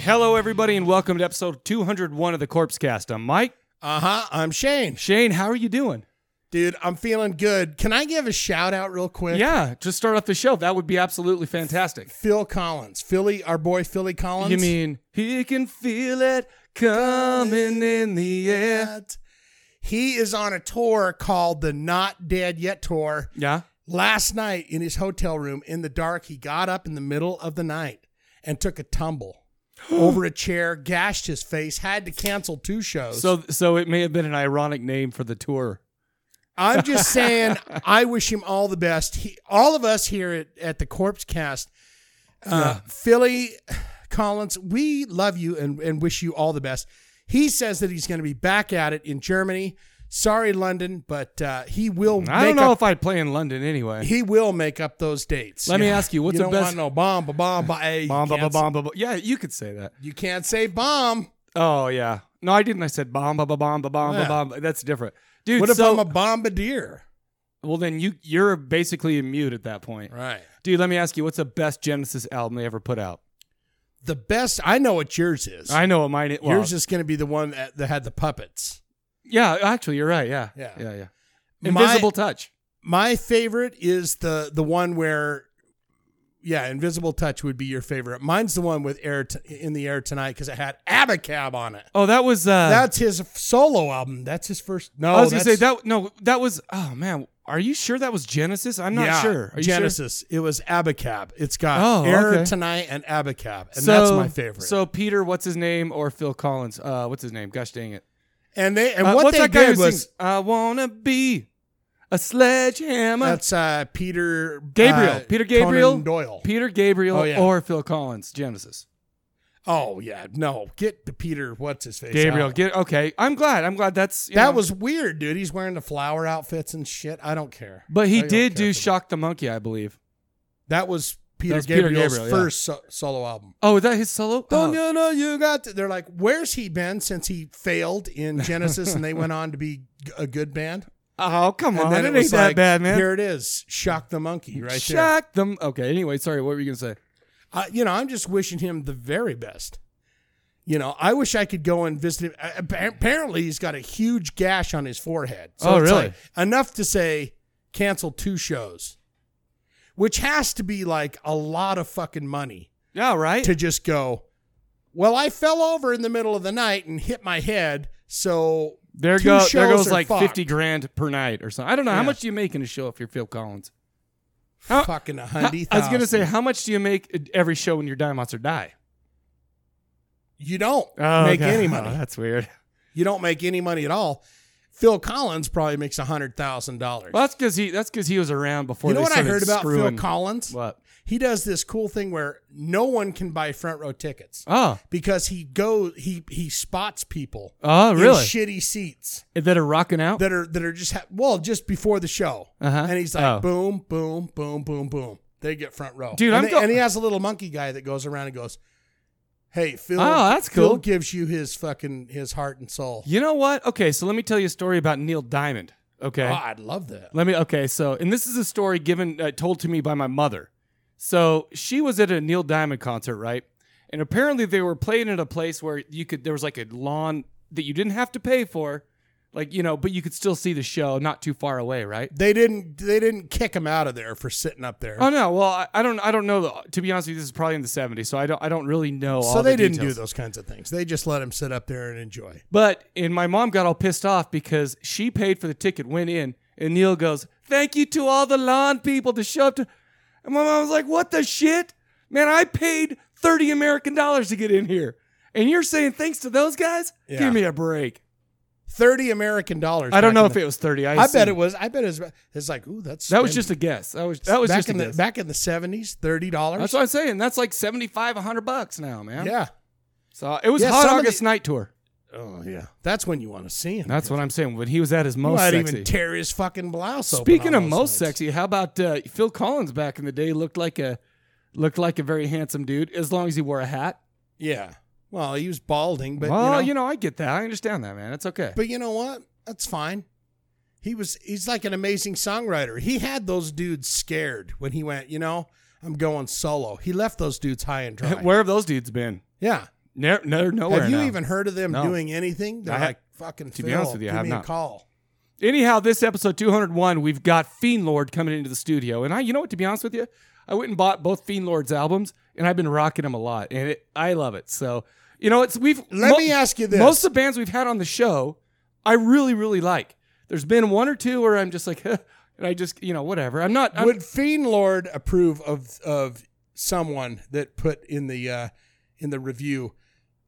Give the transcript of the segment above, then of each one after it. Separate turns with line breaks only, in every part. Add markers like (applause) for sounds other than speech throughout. Hello, everybody, and welcome to episode 201 of the Corpse Cast. I'm Mike.
Uh huh. I'm Shane.
Shane, how are you doing?
Dude, I'm feeling good. Can I give a shout out real quick?
Yeah, just start off the show. That would be absolutely fantastic.
Phil Collins. Philly, our boy Philly Collins.
You mean he can feel it coming in the air?
That- He is on a tour called the Not Dead Yet Tour.
Yeah.
Last night in his hotel room in the dark, he got up in the middle of the night and took a tumble (gasps) over a chair, gashed his face, had to cancel two shows.
So, so it may have been an ironic name for the tour. (laughs)
I'm just saying, I wish him all the best. He, all of us here at, at the Corpse Cast, uh, Philly Collins, we love you and, and wish you all the best. He says that he's going to be back at it in Germany. Sorry, London, but uh, he will.
I don't
make
know
up,
if I'd play in London anyway.
(laughs) he will make up those dates.
Let me ask you, what's the
you don't
best-
Want no bomb, ba- bomb, ba- hey, you
Bomb, ba, ba,
can't-
bomb, ba, ba. Yeah, you could say that.
You can't say bomb.
Oh yeah. No, I didn't. I said bomb, ba, ba, bomb, ba, bomb, ba,
Yeah.
bomb. That's different, dude.
what if
so,
I'm a bombardier?
well, then you you're basically mute at that point,
Right.
dude. Let me ask you, what's the best Genesis album they ever put out?
The best. I know what yours is.
I know what mine. Is. Well,
yours is going to be the one that, that had the puppets.
yeah, actually, you're right. Yeah,
Yeah.
yeah, yeah.
My-
Invisible Touch.
My favorite is the the one where, yeah, Invisible Touch would be your favorite. Mine's the one with air t- in the air tonight because it had Abacab on it.
Oh, that was. Uh,
That's his solo album. That's his first. No,
I was gonna say
oh, that's-
that. No, that was. Oh man, are you sure that was Genesis? I'm not
yeah,
sure. Are you sure?
Genesis. It was Abacab. It's got
Oh,
air
okay.
tonight and Abacab, and that's my favorite.
So Peter, what's his name, or Phil Collins? Uh, what's his name? Gosh dang it!
and they and
Uh,
what
what's
they
that guy
did
who
was
sings, "I wanna be a sledgehammer"?
that's uh, Peter
Gabriel,
uh,
Peter Gabriel,
Conan Doyle.
Peter Gabriel,
Oh, yeah.
or Phil Collins, Genesis.
oh yeah, no, get the Peter. What's his face?
Gabriel,
out.
get okay. I'm glad. I'm glad that's you
that
know-
was weird, dude. He's wearing the flower outfits and shit. I don't care.
But he
I don't
did
care
do
for that.
"Shock the Monkey," I believe.
That was Peter
That's Peter
Gabriel's
Gabriel, yeah.
first so- solo album.
Oh, is that his solo?
Don't
Oh.
you know you got? th- They're like, where's he been since he failed in Genesis, and they went on to be g- a good band.
Oh, come
And
on.
then
It ain't
was
that
like,
bad, man.
Here it is, shock the monkey right there.
Shock them. Okay, anyway, sorry. What were you going to say?
Uh, you know, I'm just wishing him the very best. You know, I wish I could go and visit him. A- appa- Apparently, he's got a huge gash on his forehead.
Oh,
it's
really?
like enough to say cancel two shows, which has to be like a lot of fucking money.
Yeah, right?
to just go, well, I fell over in the middle of the night and hit my head. So
there,
two
go, there
shows
goes
are
like
fucked.
50 grand per night or something. I don't know. How
Yeah.
much do you make in a show if you're Phil Collins? How-
fucking a
How-
hundred.
I was going to
thousand.
say, how much do you make every show when you're Die Monster Die?
you don't make
okay.
any
Oh, (laughs)
money.
that's weird.
You don't make any money at all. Phil Collins probably makes a hundred thousand dollars.
Well, that's because he, that's 'cause he was around before
You know
they
what I
started
heard about
screwing.
Phil Collins?
What?
He does this cool thing where no one can buy front row tickets
Oh,
because he goes he he spots people
oh,
in
really?
shitty seats.
That are rocking out?
that are that are just ha- well just before the show,
Uh-huh.
and he's like
Oh.
boom, boom, boom, boom, boom. They get front row,
Dude,
And,
I'm
they-
go-
and he has a little monkey guy that goes around and goes, "Hey, Phil,
Oh, that's
Phil
cool.
gives you his fucking his heart and soul."
you know what? Okay, so let me tell you a story about Neil Diamond. Okay.
Oh, I'd love that.
Let me. Okay, so and this is a story given uh, told to me by my mother. So she was at a Neil Diamond concert, right? And apparently they were playing at a place where you could there was like a lawn that you didn't have to pay for, like you know, but you could still see the show not too far away, right?
They didn't they didn't kick him out of there for sitting up there,
Oh no, well I, I don't I don't know. the- To be honest with you, this is probably in the '70s, so I don't I don't really know.
so
all
they
the
didn't
details.
do those kinds of things. They just let him sit up there and enjoy.
But and my mom got all pissed off because she paid for the ticket, went in, and Neil goes, "Thank you to all the lawn people to show up to." And my mom was like, "What the shit, man? I paid 30 American dollars to get in here. And you're saying thanks to those guys?
Yeah.
Give me a break.
Thirty American dollars.
I don't
back
know
in
if
the-
it was 30. I,
I
assume.
bet it was. I bet it was. It's like, ooh, that's
That was
spend-
just a guess. That was that was
back
just
in
a
the
guess.
back in the seventies, thirty dollars.
That's what I'm saying. That's like 75, 100 bucks now, man.
Yeah.
So it was
Yeah,
Hot
some of
August Night Tour.
Oh yeah. That's when you want to see him.
That's what I'm saying. When he was at his
You
most
might
sexy.
even tear his fucking blouse. open
Speaking
on
of
those
most
nights.
sexy, how about uh, Phil Collins back in the day looked like a looked like a very handsome dude as long as he wore a hat.
Yeah. Well, he was balding, but
well,
you know,
I get that. I understand that, man. It's okay.
but you know what? That's fine. He was he's like an amazing songwriter. He had those dudes scared when he went, you know, I'm going solo. He left those dudes high and dry.
(laughs) Where have those dudes been?
yeah.
No, no, nowhere.
have you
now.
even heard of them
No.
doing anything? They're
I ha-
like fucking
to
Phil,
be honest with you, I
give
have
me
not.
a call.
Anyhow, this episode 201, we've got Fiend Lord coming into the studio, and I, you know what? To be honest with you, I went and bought both Fiend Lord's albums, and I've been rocking them a lot, and it, I love it. So, you know, it's we've
Let
mo-
me ask you this.
Most of the bands we've had on the show, I really, really like. There's been one or two where I'm just like, (laughs) and I just, you know, whatever. I'm not. I'm,
Would Fiend Lord approve of of someone that put in the uh in the review,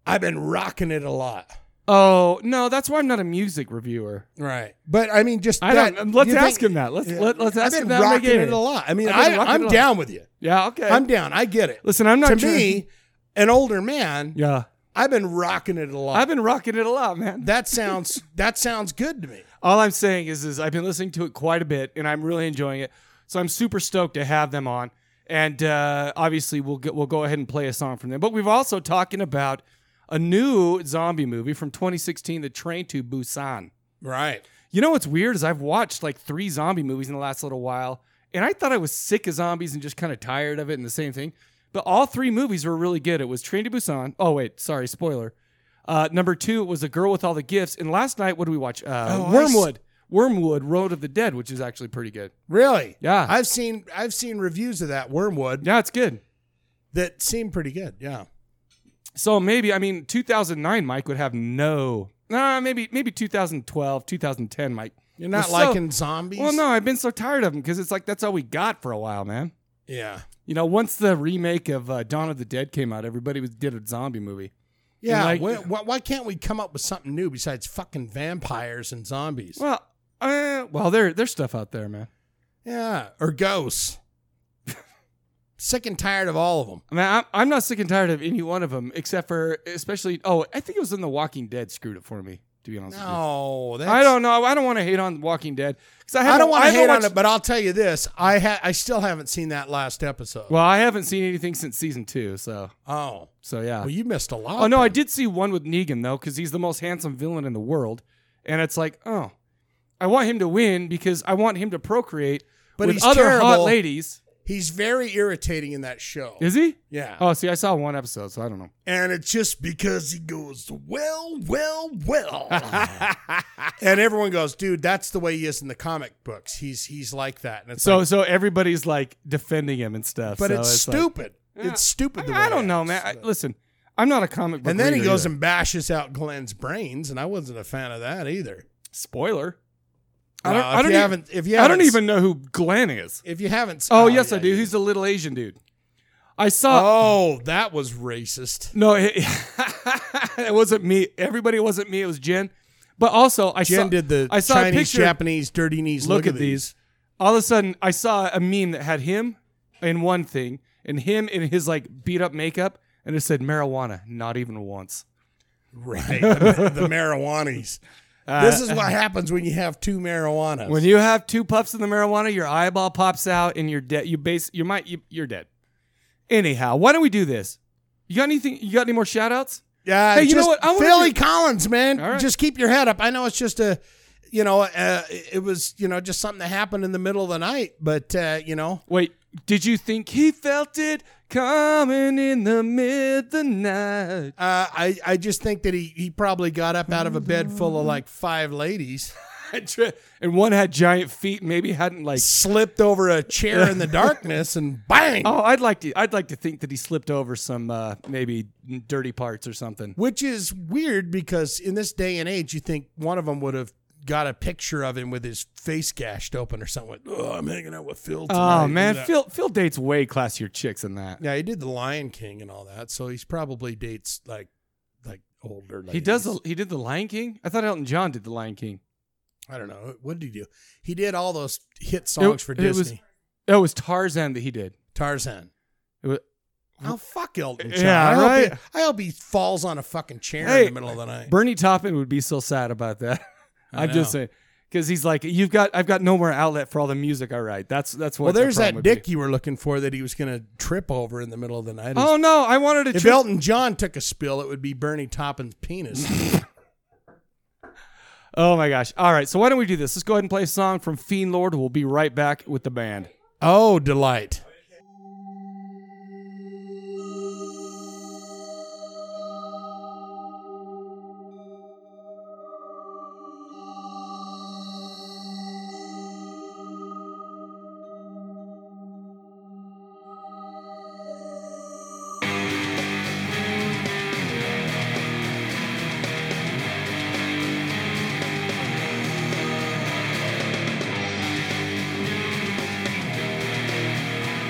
I've been rocking it a lot.
oh no, that's why I'm not a music reviewer.
Right. But I mean just
I
that,
don't. Let's
you
ask
think-
him that. Let's
Yeah.
let, let's ask
I've
him
been
that.
rocking
again.
it a lot. I mean,
I've been
I,
rocking it a
I'm
lot.
down with you.
Yeah. Okay.
I'm down. I get it.
Listen, I'm not
to
trying-
me, an older man.
(laughs) Yeah.
I've been rocking it a lot.
I've been rocking it a lot, man.
that sounds that sounds good to me.
All I'm saying is, is I've been listening to it quite a bit, and I'm really enjoying it. So I'm super stoked to have them on, and uh, obviously we'll get, we'll go ahead and play a song from them. But we've also talking about a new zombie movie from 2016, The Train to Busan.
Right.
You know what's weird is I've watched like three zombie movies in the last little while, and I thought I was sick of zombies and just kind of tired of it and the same thing. But all three movies were really good. It was Train to Busan. Oh wait, sorry, spoiler. Uh, number two was A Girl with All the Gifts, and last night what did we watch? Uh,
Oh, I s-
Wormwood. Wormwood, Road of the Dead, which is actually pretty good.
Really?
Yeah.
I've seen I've seen reviews of that Wormwood
Yeah, it's good.
that seem pretty good. Yeah.
So maybe I mean 2009 Mike would have no. Nah, maybe maybe 2012, 2010 Mike.
You're not
so-
liking zombies.
Well, no, I've been so tired of them because it's like that's all we got for a while, man.
Yeah.
You know, once the remake of uh, Dawn of the Dead came out, everybody was did a zombie movie.
Yeah.
like-
why, why, why can't we come up with something new besides fucking vampires and zombies?
Well, uh, well, there there's stuff out there, man.
yeah.
(laughs)
Or ghosts. Sick and tired of all of them.
I mean, I'm, I'm not sick and tired of any one of them, except for especially. Oh, I think it was in The Walking Dead screwed it for me. To be honest, with
No, that's
you. I don't know. I don't want to hate on Walking Dead because I,
I
haven't-
don't want
I
to
haven't
hate on
watched-
it, but I'll tell you this: I ha- I still haven't seen that last episode.
Well, I haven't seen anything since season two, so
oh,
so yeah.
well, you missed a lot.
oh no, I did see one with Negan though, because he's the most handsome villain in the world, and it's like, oh, I want him to win because I want him to procreate
But
with
he's
other hot
terrible.
ladies.
He's very irritating in that show.
Is he?
yeah,
Oh, see, I saw one episode, so I don't know.
and it's just because he goes well, well, well, (laughs) and everyone goes, dude, that's the way he is in the comic books. He's he's like that, and it's
So,
like,
so everybody's like defending him and stuff.
but
so
it's,
like-
stupid.
Yeah.
It's stupid. The way
I, I don't
it
know,
is,
man. I,
but-
listen, I'm not a comic book.
and then he
reader
goes
either.
and bashes out Glenn's brains, and I wasn't a fan of that either.
spoiler. I
No,
don't.
if
I don't
you
even.
haven't, if you
I don't
haven't-
even know who Glenn is.
If you haven't,
Oh, yes,
yeah,
I do.
you
He's the little Asian dude. I saw.
Oh, that was racist.
No, it, (laughs) it wasn't me. Everybody it wasn't me. It was Jen. But also, I
Jen
saw,
did the
I saw a
Chinese,
picture.
Japanese dirty knees. Look, at these.
All of a sudden, I saw a meme that had him in one thing and him in his like beat up makeup, and it said marijuana, not even once.
Right. (laughs) the, the marijuanis. this is what happens when you have two marijuanas.
Uh, When you have two puffs of the marijuana, your eyeball pops out and you're dead. You base you might you, you're dead. Anyhow, why don't we do this? You got anything? You got any more shout outs?
yeah,
Hey, you know
just-
what? I wanna
Philly
do-
Collins, man.
All right.
Just keep your head up. I know it's just a, you know, uh, it was, you know, just something that happened in the middle of the night, but, uh, you know,
Wait, did you think he felt it coming in the mid of the (laughs) night?
uh, I, I just think that he, he probably got up out of a bed full of like five ladies,
and one had giant feet, maybe hadn't like.
slipped over a chair in the darkness, and bang.
Oh, I'd like to. I'd like to think that he slipped over some uh, maybe dirty parts or something.
which is weird because in this day and age, you think one of them would have got a picture of him with his face gashed open or something. Like, oh, I'm hanging out with Phil. Tonight.
Oh man,
Look at that.
Phil Phil dates way classier chicks than that.
Yeah, he did the Lion King and all that, so he's probably dates like like older. Ladies.
He does. the- He did the Lion King. I thought Elton John did the Lion King.
I don't know. What did he do? He did all those hit songs for
it was-
Disney.
Oh, it was Tarzan that he did.
Tarzan.
It was,
Oh fuck Elton
Yeah,
John. I hope
right?
he- I hope he falls on a fucking chair
Hey,
in the middle of the night.
Bernie Taupin would be so sad about that.
I
I'm just
know.
saying because he's like, you've got, I've got no more outlet for all the music I write. That's that's what.
Well,
the
there's
problem
that
would be.
dick you were looking for that he was going to trip over in the middle of the night.
Oh no, I wanted to.
if
trip-
Elton John took a spill, it would be Bernie Taupin's penis.
oh my gosh! All right, so why don't we do this? Let's go ahead and play a song from Fiend Lord. We'll be right back with the band.
oh, delight.
Thank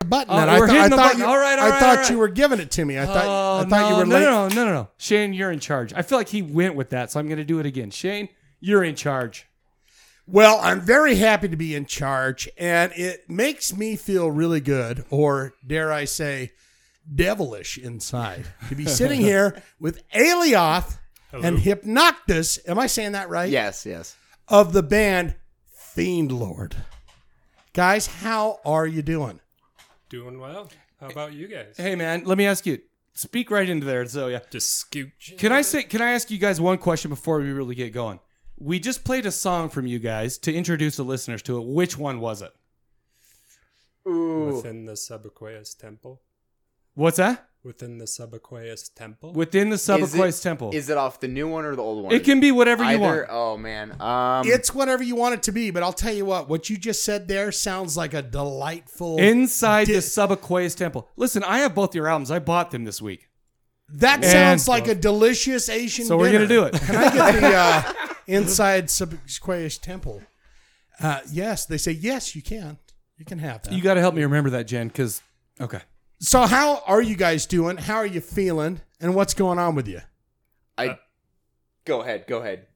the button.
Oh,
and I,
we're
thought- I
hitting the
thought
button.
you,
All right, all
I
right,
thought
all
you
right.
were giving it to me. I thought,
Oh,
I thought
no,
you were
no,
late.
No, no, no, no. Shane, you're in charge. I feel like he went with that, so I'm going to do it again. Shane, you're in charge.
Well, I'm very happy to be in charge, and it makes me feel really good, or dare I say, devilish inside, to be sitting here with Alioth and Hypnoctus. Am I saying that right?
Yes, yes.
Of the band Fiend Lord. Guys, how are you doing?
Doing well. How about you guys?
Hey, man, let me ask you. Speak right into there, Zoya.
Just scooch.
Can I say? Can I ask you guys one question before we really get going? We just played a song from you guys to introduce the listeners to it. Which one was it?
Ooh.
Within the subaqueous temple.
What's that?
Within the subaqueous temple.
Within the
Is it-
Subaqueous Temple.
Is it off the new one or the old one?
it can be whatever you want.
Either- Oh man. Um,
It's whatever you want it to be, but I'll tell you what, what you just said there sounds like a delightful.
Inside the
Di-
Subaqueous Temple. Listen, I have both your albums. I bought them this week,
that
Man.
sounds like a delicious Asian
so we're
dinner.
gonna do it.
Can I get the uh, inside Subquaish temple? Uh, yes, they say yes. You can. You can have
(laughs)
that.
you got to help me remember that, Jen, because okay.
so, how are you guys doing? How are you feeling? And what's going on with you?
I. go ahead. Go ahead.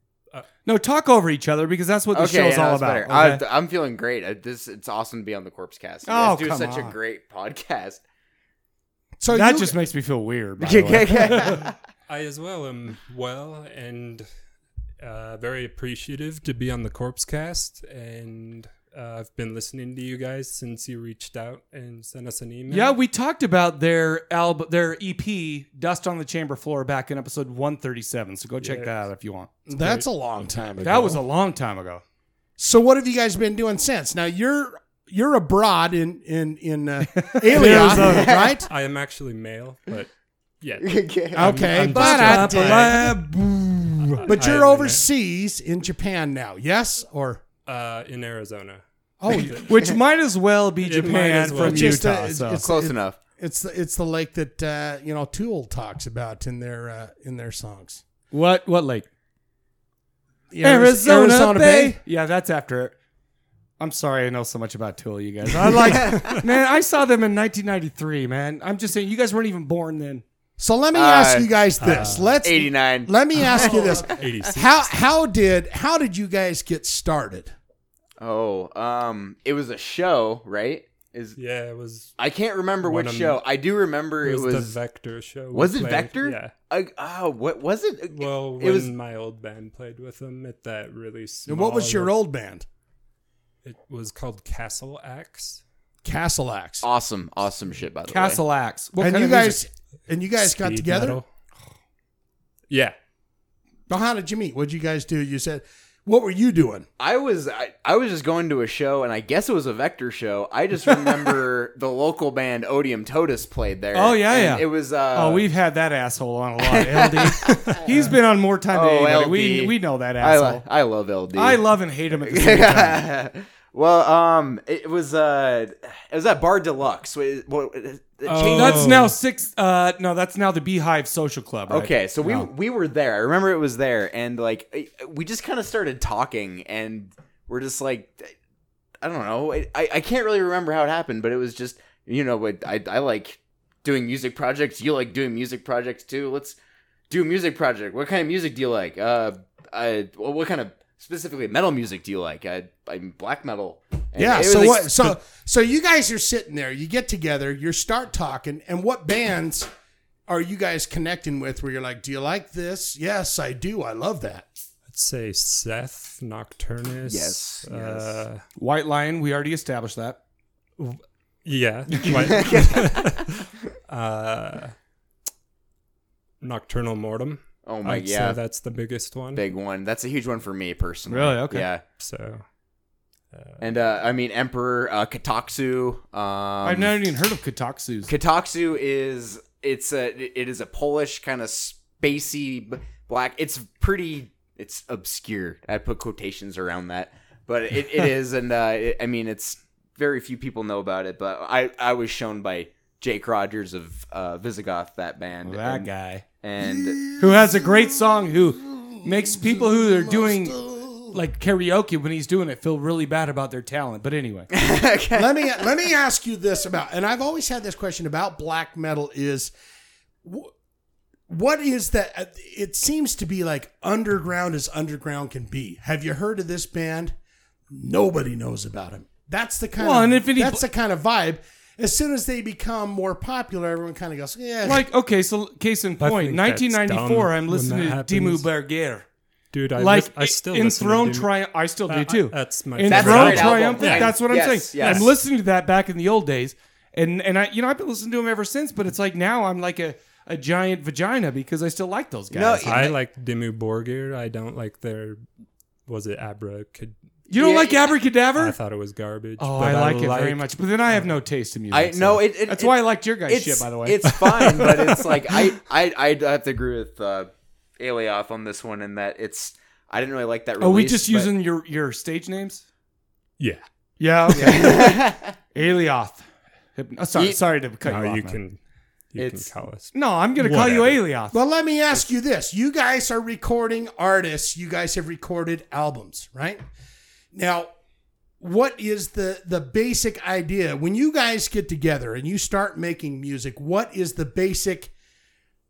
No, talk over each other because that's what the
Okay,
show's
yeah,
all
that's better.
about. okay?
I, I'm feeling great. I, this it's awesome to be on the Corpse Cast. You
Oh,
guys do
come
such
on.
a great
(laughs)
podcast.
So
Oh,
that
you-
just makes me feel weird. by
(laughs)
the way.
yeah,
I as well am well and uh, very appreciative to be on the Corpse Cast. And uh, I've been listening to you guys since you reached out and sent us an email.
Yeah, we talked about their album, their EP, "Dust on the Chamber Floor," back in episode 137. So go check
Yes.
that out if you want.
that's a long time ago.
That was a long time ago.
so. What have you guys been doing since? Now you're you're abroad in in
(laughs)
in uh, Alien,
Arizona.
right?
I am actually male, but yeah.
Okay,
I'm
but I
just-
did. but
I
you're
am
overseas in Japan now. Yes or
Uh, in
(laughs)
Arizona.
oh,
Which might as well be
(laughs) It might
Japan
as well
from
be.
Just, uh,
Utah. so.
it's-
close
it-
enough.
It's the it's the lake that uh, you know Tool talks about in their uh, in their songs.
what what lake?
The Ariz-
Yeah, that's after it. I'm sorry, I know so much about Tool, you guys. I like,
(laughs)
man, I saw them in 1993. Man, I'm just saying, you guys weren't even born then.
So let me
Uh,
ask you guys this. Let's
89.
let me ask you this.
86.
How how did how did you guys get started?
Oh, um, it was a show, right? Is
Yeah, it was.
I can't remember
One
which
of-
show. I do remember
It was,
it
the
was.
Vector show. we
was it
played.
Vector?
Yeah.
I, oh, what was it?
Well, when
it was.
my old band played with them at that really small.
And what was your old band?
It was called Castle Axe.
Castle Axe.
Awesome, awesome shit by the way.
Castle Axe. What
and
kind
you
of
guys
music?
and you guys got
Speed
together?
metal. Yeah,
Well, how did you meet? What did you guys do? You said what were you doing?
I was I, I was just going to a show, and I guess it was a Vector show. I
(laughs)
just remember the local band Odium Totus played there.
Oh, yeah,
And
yeah.
It was uh,
Oh, we've had that asshole on a lot.
(laughs)
LD, he's been on more time than
Oh,
anybody. We
LD.
we know that
I,
asshole.
lo- I love LD.
I
(laughs)
love and hate him at the same time.
well, um, it was uh, it was at Bar Deluxe. Wait, what- it changed-
That's
Oh.
now six. Uh, no, that's now the Beehive Social Club. Right?
Okay, so we
No.
we were there. I remember it was there, and like I- we just kind of started talking, and we're just like, I don't know, I I I can't really remember how it happened, but it was just you know, what I I like doing music projects. You like doing music projects too. Let's do a music project. What kind of music do you like? Uh, I, well, what kind of specifically metal music do you like? I I'm black metal. And it
Yeah.
was
So
like-
what? So so you guys are sitting there. You get together. You start talking. And what bands are you guys connecting with? Where you're like, do you like this? Yes, I do. I love that.
I'd say Seth Nocturnus.
Yes, yes.
Uh,
White Lion. We already established that.
yeah.
(laughs)
Why- uh, Nocturnal Mortem.
(laughs) Oh my
I'd say
yeah,
that's the biggest one.
big one. That's a huge one for me personally.
Really? Okay.
Yeah.
So
And uh, I mean Emperor uh, Kataksu. Um,
I've never even heard of Kotaksu's.
Kataksu is it's a it is a Polish kind of spacey b- black. It's pretty. It's obscure. I put quotations around that, but it, it is. And uh, it, I mean, it's very few people know about it. But I I was shown by Jake Rogers of uh, Visigoth that band.
that
and,
guy
and
who has a great song who makes people who are doing like karaoke when he's doing it feel really bad about their talent. But anyway,
(laughs)
let me let me ask you this about, and I've always had this question about black metal is, wh- what is that? It seems to be like underground as underground can be. Have you heard of this band? Nobody knows about them. That's the kind.
Well,
of,
and if any-
that's the kind of vibe. As soon as they become more popular, everyone kind of goes, yeah.
like okay, so case in
I
point,
think that's
1994.
dumb
I'm
when
listening to
that
Dimmu
happens.
Borgir.
dude. I
Like
lis- I still
in
listen to
Throne
Doom.
Triumph, I still do
Uh,
too.
that's my
in
favorite
Throne
album.
Triumphant.
Yes,
That's what I'm
yes,
saying.
yes.
I'm listening to that back in the old days, and and I you know I've been listening to him ever since. But it's like now I'm like a, a giant vagina because I still like those guys.
No,
I like Dimmu Borgir. I don't like their. Was it Abracad?
you don't
yeah,
like
yeah.
I
Abracadabra?
thought it was garbage.
Oh,
but
I like it very
liked-
much. But then I have no taste in music.
I
so
no, it, it
that's
it-
why I liked your guys'
it's,
shit, by the way.
It's fine, but
(laughs)
it's like I I I'd have to agree with uh, Alioth on this one in that it's I didn't really like that.
Are
Release,
Oh, we just
but-
using your your stage names?
Yeah.
Yeah. Okay. (laughs) Alioth. Hyp- oh, sorry,
Ye-
sorry to cut
No,
you off.
you
man.
can. You
It's-
can call us.
No, I'm gonna call you
Whatever.
Alioth.
well, let me ask you this: You guys are recording artists. You guys have recorded albums, right? Now, what is the the basic idea when you guys get together and you start making music? What is the basic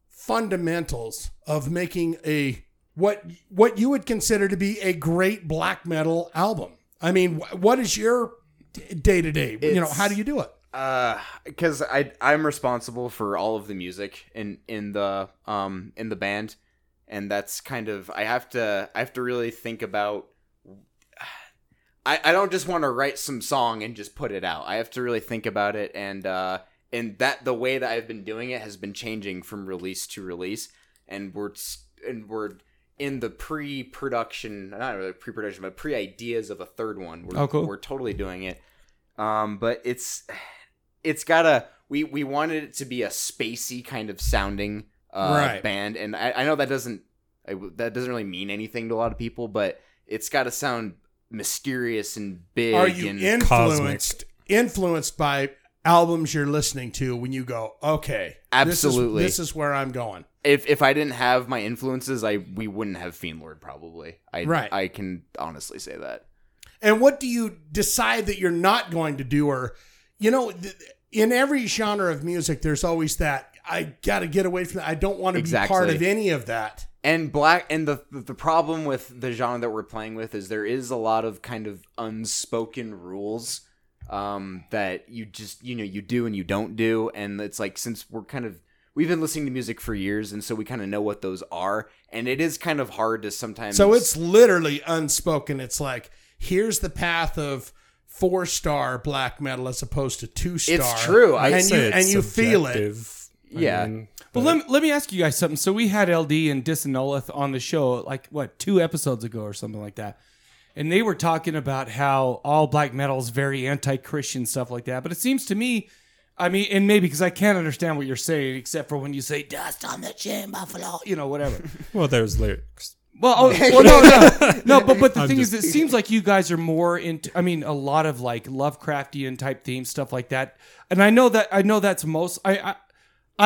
fundamentals of making a what what you would consider to be a great black metal album? I mean, wh- what is your day to day? You know,
It's-
how do you do it?
because Uh, I I'm responsible for all of the music in in the um in the band, and that's kind of I have to I have to really think about. I I don't just want to write some song and just put it out. I have to really think about it, and uh, and that the way that I've been doing it has been changing from release to release, and we're s- and we're in the pre-production, not really pre-production, but pre-ideas of a third one. We're,
Oh, cool.
We're totally doing it. Um, but it's it's gotta we we wanted it to be a spacey kind of sounding uh
Right.
band and I, I know that doesn't I w that doesn't really mean anything to a lot of people but it's gotta sound mysterious and big
Are you
and
influenced influenced by albums you're listening to when you go, okay, this is-
Absolutely.
this is, where I'm going.
if if I didn't have my influences I we wouldn't have Fiend Lord probably I
Right.
I can honestly say that
And what do you decide that you're not going to do? Or, you know, th- in every genre of music, there's always that I got to get away from that. I don't want to
Exactly.
be part of any of that.
and black and the the problem with the genre that we're playing with is there is a lot of kind of unspoken rules um that you just you know you do and you don't do and it's like since we're kind of we've been listening to music for years and so we kind of know what those are and it is kind of hard to sometimes
So it's literally unspoken. It's like, here's the path of four star black metal as opposed to two star.
It's true. I-
I'd
and you,
say
and
it's
you feel it.
subjective. I
(laughs)
Yeah.
mean,
But let me, let me ask you guys something. So we had LD and Disanolith on the show like what two episodes ago or something like that, and they were talking about how all black metal is very anti-Christian stuff like that. But it seems to me, I mean, and maybe because I can't understand what you're saying except for when you say "dust on the chin, buffalo," you know, whatever.
well, there's lyrics.
Well, oh, well, no, no, no. But but the thing is, it seems like you guys are more into. I mean, a lot of like Lovecraftian type themes, stuff like that. And I know that I know that's most. I I,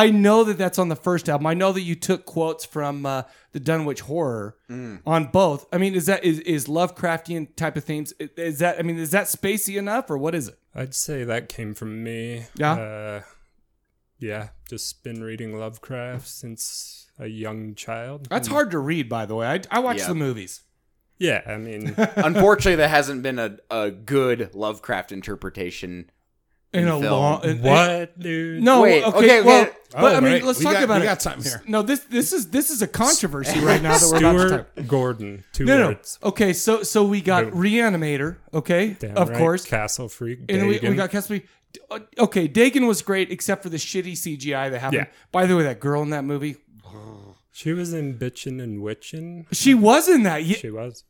I know that that's on the first album. I know that you took quotes from uh, the Dunwich Horror on both. I mean, is that is is Lovecraftian type of themes? i- Is that I mean, is that spacey enough or what is it?
I'd say that came from me.
Yeah?
Uh, yeah. Just been reading Lovecraft since a young child.
Uh,
That's hard to read, by the way. I I watch
Yeah.
the movies.
Yeah.
(laughs)
I mean,
unfortunately there hasn't been a, a good Lovecraft interpretation
In a
film.
long in-
what, dude?
No,
Wait,
okay,
okay,
well,
wait.
but I
Oh,
mean,
right.
let's
We
talk
got-
about
we
it.
got something here.
No, this this is this is a controversy right now that we're about to talk.
Stuart Gordon. Two
No, no.
words.
Okay, so so we got
Boom.
Reanimator, okay,
Damn
of
right.
course,
Castle Freak.
and we, we
Dagon.
got Casper. Okay, Dagon was great except for the shitty CGI that happened.
Yeah.
By the way, that girl in that movie,
She was in Bitchin' and Witchin'.
she was in that. Ye-
She was.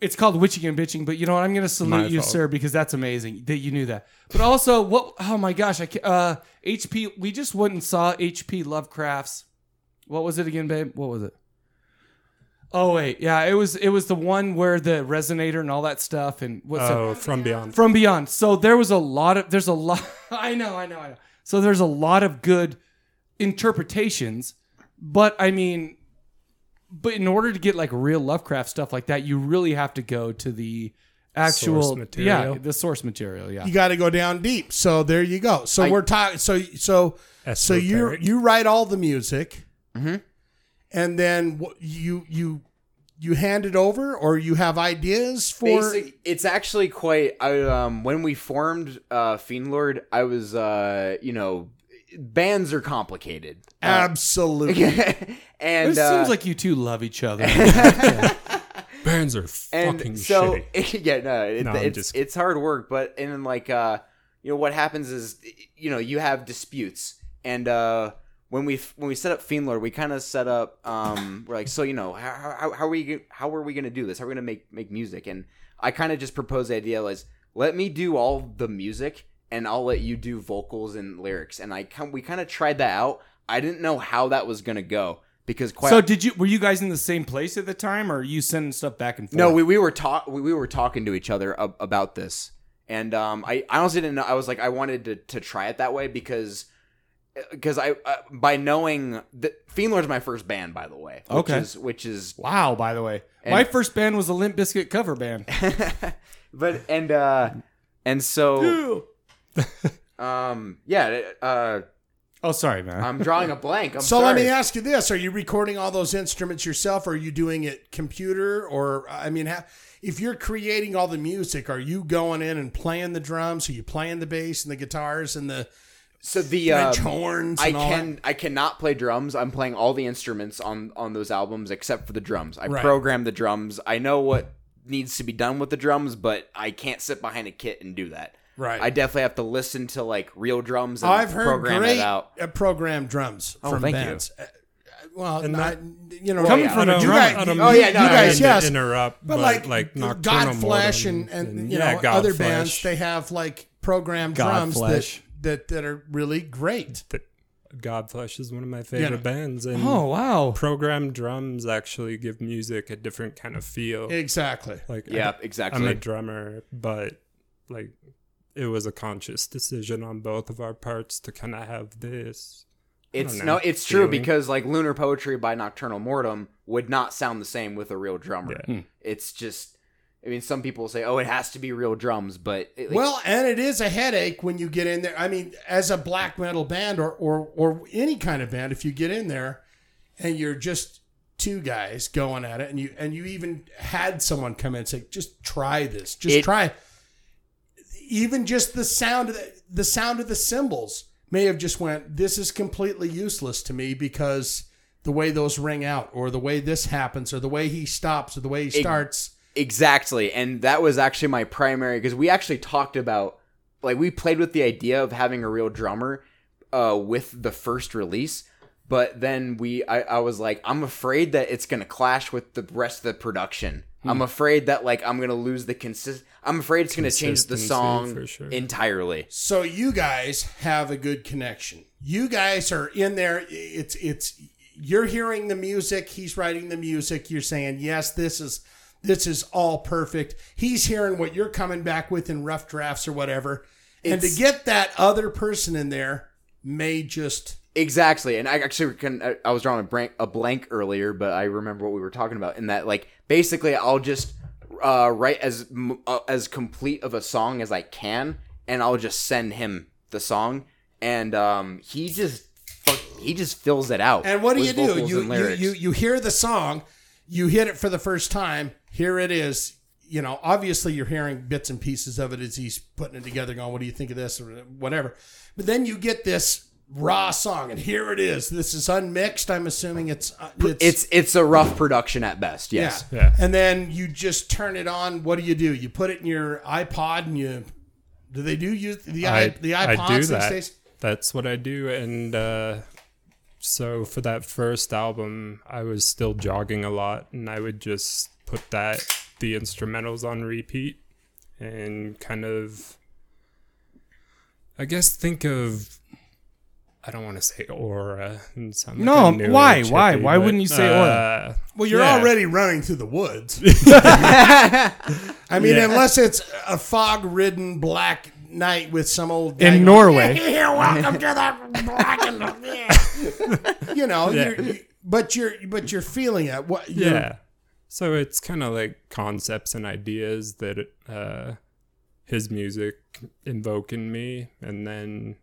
It's called witching and bitching, but you know what? I'm going to salute
My
you,
fault.
sir, because that's amazing that you knew that. But also, what? Oh my gosh, I can't, uh HP. We just went and saw HP Lovecraft's. What was it again, babe? What was it? Oh wait, yeah, it was it was the one where the resonator and all that stuff and what's up?
Oh, from beyond.
from beyond. So there was a lot of there's a lot. (laughs) I know, I know, I know. So there's a lot of good interpretations, but I mean, but in order to get like real Lovecraft stuff like that, you really have to go to the actual
Source material.
Yeah, the source material. Yeah.
You got to go down deep. So there you go. So we're talking. So so so you
Esoteric.
you write all the music,
Mm-hmm.
and then wh- you you you hand it over, or you have ideas for.
Basic- it's actually quite. I um when we formed uh Fiend Lord, I was uh you know bands are complicated. Uh, (laughs)
Absolutely.
and
it
uh,
Ah. seems like you two love each
(laughs)
other.
Bands are
and
fucking
so
shitty.
(laughs) yeah no, it,
No, I'm
it's
just-
it's hard work but and like uh you know what happens is you know you have disputes and uh when we when we set up Fiendlord, we kind of set up um we're like so you know how how, how are we go- how are we gonna do this how are we gonna make make music and I kind of just proposed the idea was let me do all the music and I'll let you do vocals and lyrics and I come we kind of tried that out I didn't know how that was gonna go because quite
so did you were you guys in the same place at the time or are you sending stuff back and forth?
No, we, we were talk we, we were talking to each other ab- about this, and um, I, I honestly didn't know. I was like, I wanted to, to try it that way because because I uh, by knowing that Fiendlord's my first band, by the way. Which
Okay.
is, which is
Wow, by the way.
And-
My first band was a Limp Biscuit cover band.
but and uh and so
(laughs)
um yeah uh
oh, sorry, man.
I'm drawing a blank.
(laughs)
I'm
so let me
sorry.
ask you this: Are you recording all those instruments yourself, or are you doing it computer? Or I mean, ha- if you're creating all the music, are you going in and playing the drums? Are you playing the bass and the guitars and the
So the
French
um,
horns?
I
and all
can I cannot play drums. I'm playing all the instruments on on those albums except for the drums. I
Right.
program the drums. I know what needs to be done with the drums, but I can't sit behind a kit and do that.
Right.
I definitely have to listen to like real drums and
I've heard
program
great
it out.
uh, programmed drums
Oh,
from
thank you.
bands. Uh, Well,
And
not, you know,
Coming
yeah.
from
I
a
don't-
you
drum.
guys,
I don't
you,
Oh, yeah,
you
no, I
guys,
mean to
yes,
interrupt,
but
but,
like,
like, Nocturnal
Godflesh
Mortem
and, and,
and-
you know
yeah,
other
Godflesh.
bands, they have like programmed drums
Godflesh.
that, that that are really great.
Godflesh is one of my favorite
Yeah.
bands, and
Oh, wow.
programmed drums actually give music a different kind of feel.
Exactly.
like, I-
Yeah,
I'm
exactly.
a drummer, but like, it was a conscious decision on both of our parts to kind of have this.
it's
know,
no, it's true
feeling.
because like Lunar Poetry by Nocturnal Mortem would not sound the same with a real drummer.
Yeah.
It's just I mean some people say, "Oh, it has to be real drums," but it,
Well, and it is a headache when you get in there. I mean, as a black metal band or or or any kind of band, if you get in there and you're just two guys going at it, and you and you even had someone come in and say, "Just try this. Just
It-
try." Even just the sound of the, the sound of the cymbals may have just went. This is completely useless to me because the way those ring out, or the way this happens, or the way he stops, or the way he starts.
Exactly. And that was actually my primary because we actually talked about like we played with the idea of having a real drummer uh with the first release, but then we I, I was like, I'm afraid that it's gonna clash with the rest of the production.
Hmm.
I'm afraid that like I'm gonna lose the consist I'm afraid it's gonna change the
Consistency,
song
for sure.
entirely.
so you guys have a good connection you guys are in there it's it's you're hearing the music he's writing the music you're saying yes this is this is all perfect he's hearing what you're coming back with in rough drafts or whatever and to
It's-
get that other person in there may just
Exactly, and I actually can. I, I was drawing a blank, a blank earlier, but I remember what we were talking about. In that, like, basically, I'll just uh, write as m- uh, as complete of a song as I can, and I'll just send him the song, and um, he just fuck, he just fills it out.
and what do
with
you do
vocals
you,
and
you
lyrics.
you you hear the song you hit it for the first time here it is you know obviously you're hearing bits and pieces of it as he's putting it together going what do you think of this or whatever but then you get this raw song and here it is this is unmixed i'm assuming it's uh, it's,
it's it's a rough production at best.
yeah.
Yes,
Yeah.
and then you just turn it on what do you do you put it in your ipod and you do they do use the, i the ipods these days
That's what I do. And uh, so for that first album, I was still jogging a lot, and I would just put that the instrumentals on repeat and kind of, I guess, think of. I don't want to say aura and sound like
No,
I'm new
why?
and
Why?
chippy,
Why
but,
wouldn't you say aura?
uh,
Well, you're
Yeah.
already running through the woods. I mean, unless it's a fog-ridden black night with some old guy
In
going,
Norway.
"Hey, welcome to the black and the-" you know, you're, But you're but you're feeling it. What?
Yeah.
you're-
So it's kind of like concepts and ideas that uh, his music invoke in me, and then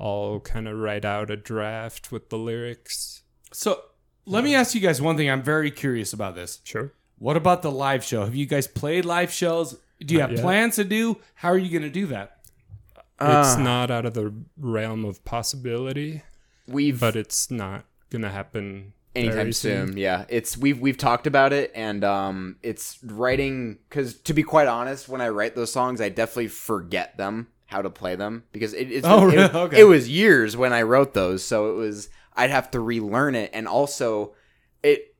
I'll kind of write out a draft with the lyrics.
So let me ask you guys one thing. I'm very curious about this.
Sure.
What about the live show? Have you guys played live shows? Do you have
yet.
plans to do? How are you going to do that?
it's not out of the realm of possibility,
We've
but it's not gonna happen
anytime
very
soon. Yeah, it's we've we've talked about it, and um, it's writing because to be quite honest, when I write those songs, I definitely forget them how to play them because it, it's
Oh,
it,
really? (laughs) Okay.
it was years when I wrote those, so it was I'd have to relearn it, and also it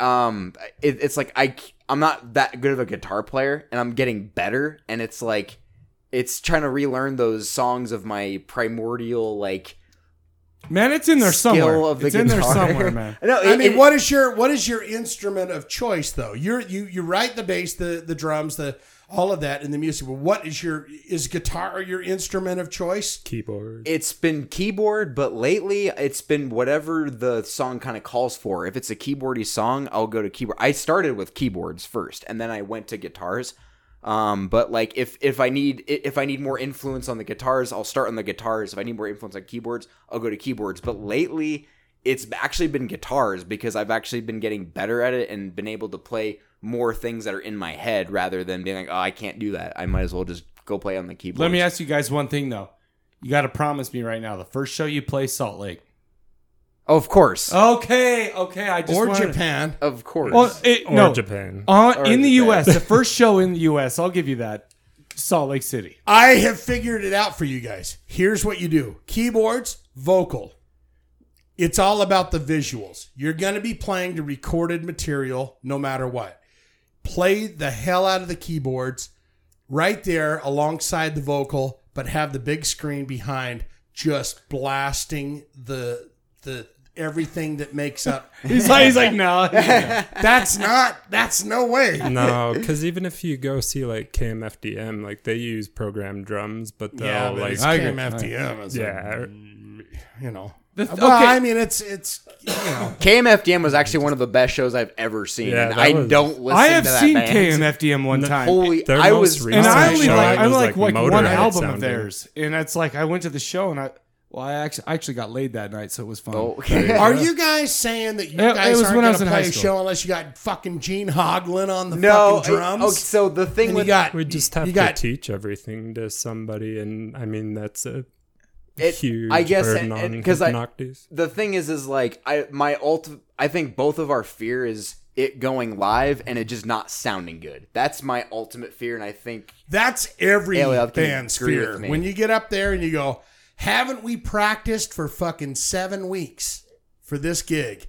um it, it's like I c- I'm not that good of a guitar player, and I'm getting better, and it's like it's trying to relearn those songs of my primordial like
Man, it's in there
skill
somewhere.
of the
it's
guitar.
in there
(laughs)
somewhere, man.
no,
I
it-
mean,
it-
what is your what is your instrument of choice though? You're you you write the bass, the the drums, the all of that, and the music. But what is your is guitar your instrument of choice?
Keyboard.
it's been keyboard, but lately it's been whatever the song kind of calls for. If it's a keyboardy song, I'll go to keyboard. I started with keyboards first, and then I went to guitars. Um, but like if if I need i- if I need more influence on the guitars, I'll start on the guitars. If I need more influence on keyboards, I'll go to keyboards. But lately, it's actually been guitars because I've actually been getting better at it and been able to play more things that are in my head rather than being like, oh, I can't do that. I might as well just go play on the keyboard.
Let me ask you guys one thing though. You got to promise me right now. The first show you play, Salt Lake.
Oh, of course.
Okay, okay. I just
Or
wanted-
Japan?
of course.
Uh, Well, it,
or
no,
Japan.
Uh,
Or
in the
Japan.
U.S., the first show in the U.S. I'll give you that. Salt Lake City.
I have figured it out for you guys. Here's what you do: keyboards, vocal. It's all about the visuals. You're going to be playing the recorded material no matter what. Play the hell out of the keyboards right there alongside the vocal, but have the big screen behind just blasting the the everything that
(laughs)
makes up.
He's like, he's like, no.
that's not that's no way.
no, because even if you go see like KMFDM, like they use programmed drums, but they'll
Yeah, but
like
it's
Oh, I agree.
KMFDM. It's like,
yeah,
you know.
The th-
Well,
okay.
I mean, it's it's you know.
KMFDM was actually one of the best shows I've ever seen.
Yeah,
and
that
I
was-
don't listen
I have
to that
seen
band.
KMFDM one time.
Holy,
Their
I
most
was.
and
recent
I
Awesome
only
show.
like
It
I
was,
like,
like,
like one
Motorhead
album of
sounding.
theirs, and it's like I went to the show and I well I actually I actually got laid that night, so it was fun.
Oh,
Are you guys saying that you
It- it
guys
was
aren't
when I
going
was
to
in high
play a
school.
show unless you got fucking Gene Hoglan on the
(laughs) no,
fucking drums?
I- okay,
oh,
so the thing
and you
with
got
we just have
you got
to teach everything to somebody, and I mean that's a
It-
huge
I guess,
burden
and- and-
on
'cause I-
Noctis.
the thing is, is like I my ult. I think both of our fear is it going live and it just not sounding good. That's my ultimate fear, and I think
that's every
Yeah, well, I can
band's
agree with
fear.
me.
When you get up there and you go, haven't we practiced for fucking seven weeks for this gig?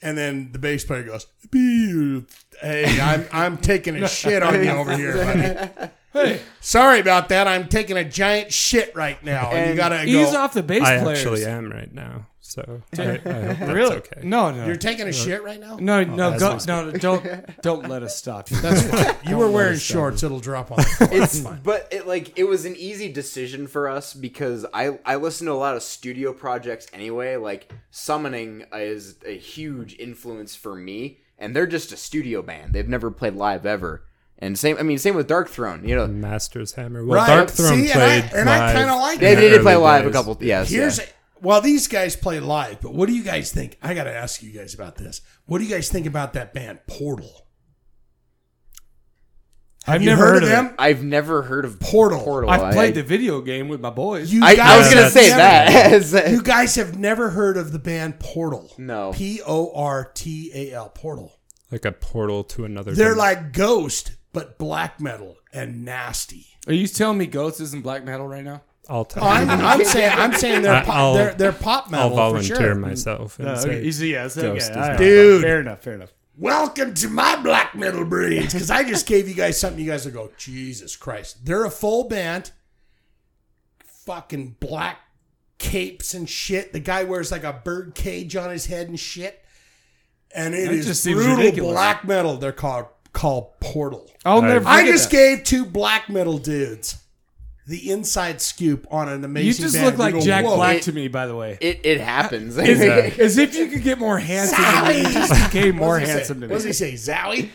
And then the bass player goes, "Beep. "Hey, I'm I'm taking
(laughs)
a shit on you over here, buddy.
Hey,
Sorry about that. I'm taking a giant shit right now, and, you
And
gotta
ease
go.
off the bass
I
players.
actually am right now,
(laughs)
so I, I hope that's
Really?
okay.
No, no,
You're taking a shit right now.
no, no,
that's
go,
awesome.
no, no, don't, don't let us stop you.
That's fine. You were wearing shorts. It'll drop on. The floor.
it's but it like it was an easy decision for us because I I listen to a lot of studio projects anyway. Like Summoning is a huge influence for me, and they're just a studio band. They've never played live ever. And same, I mean, same with Dark Throne. You know,
Master's Hammer. Well,
Right.
Dark Throne
See, and I-
played
and I kinda
live
like
in
they,
the
they did play
early
live a
days.
couple. Yes,
Here's
yeah.
well, these guys play live, but what do you guys think? I got to ask you guys about this. What do you guys think about that band Portal?
I've
You
never heard, of them.
I've never heard of
Portal.
Portal.
I've played
I,
the video game with my boys.
You
I, I was
guys
gonna
have
say
never- (laughs)
that.
You guys have never heard of the band Portal?
No.
P O R T A L. Portal.
Like a portal to another.
They're
dim-
like Ghost, but black metal and nasty.
Are you telling me Ghosts isn't black metal right now?
I'll tell
I'm,
you.
I'm saying I'm saying
I-
they're pop,
I'll-
they're, they're pop metal
I'll volunteer
for sure. Oh,
myself. And say,
yes,
okay, Ghost is all right. not
Dude.
fair enough, fair enough.
Welcome to my black metal breeds. Because I just gave you guys something you guys will go, Jesus Christ. They're a full band. Fucking black capes and shit. The guy wears like a bird cage on his head and shit. And it
That
is
just seems
brutal
ridiculous.
black metal. They're called called Portal.
I'll
I-
never.
I
forget
just
that.
gave two black metal dudes the inside scoop on an amazing.
You just
band.
look
You
like
go,
Jack
"Whoa."
Black
It-
to me, by the way.
(laughs) It it happens.
As, as if you could get more handsome than me. You just became more
What does he say?
handsome to me.
What does he say? Zowie?
He-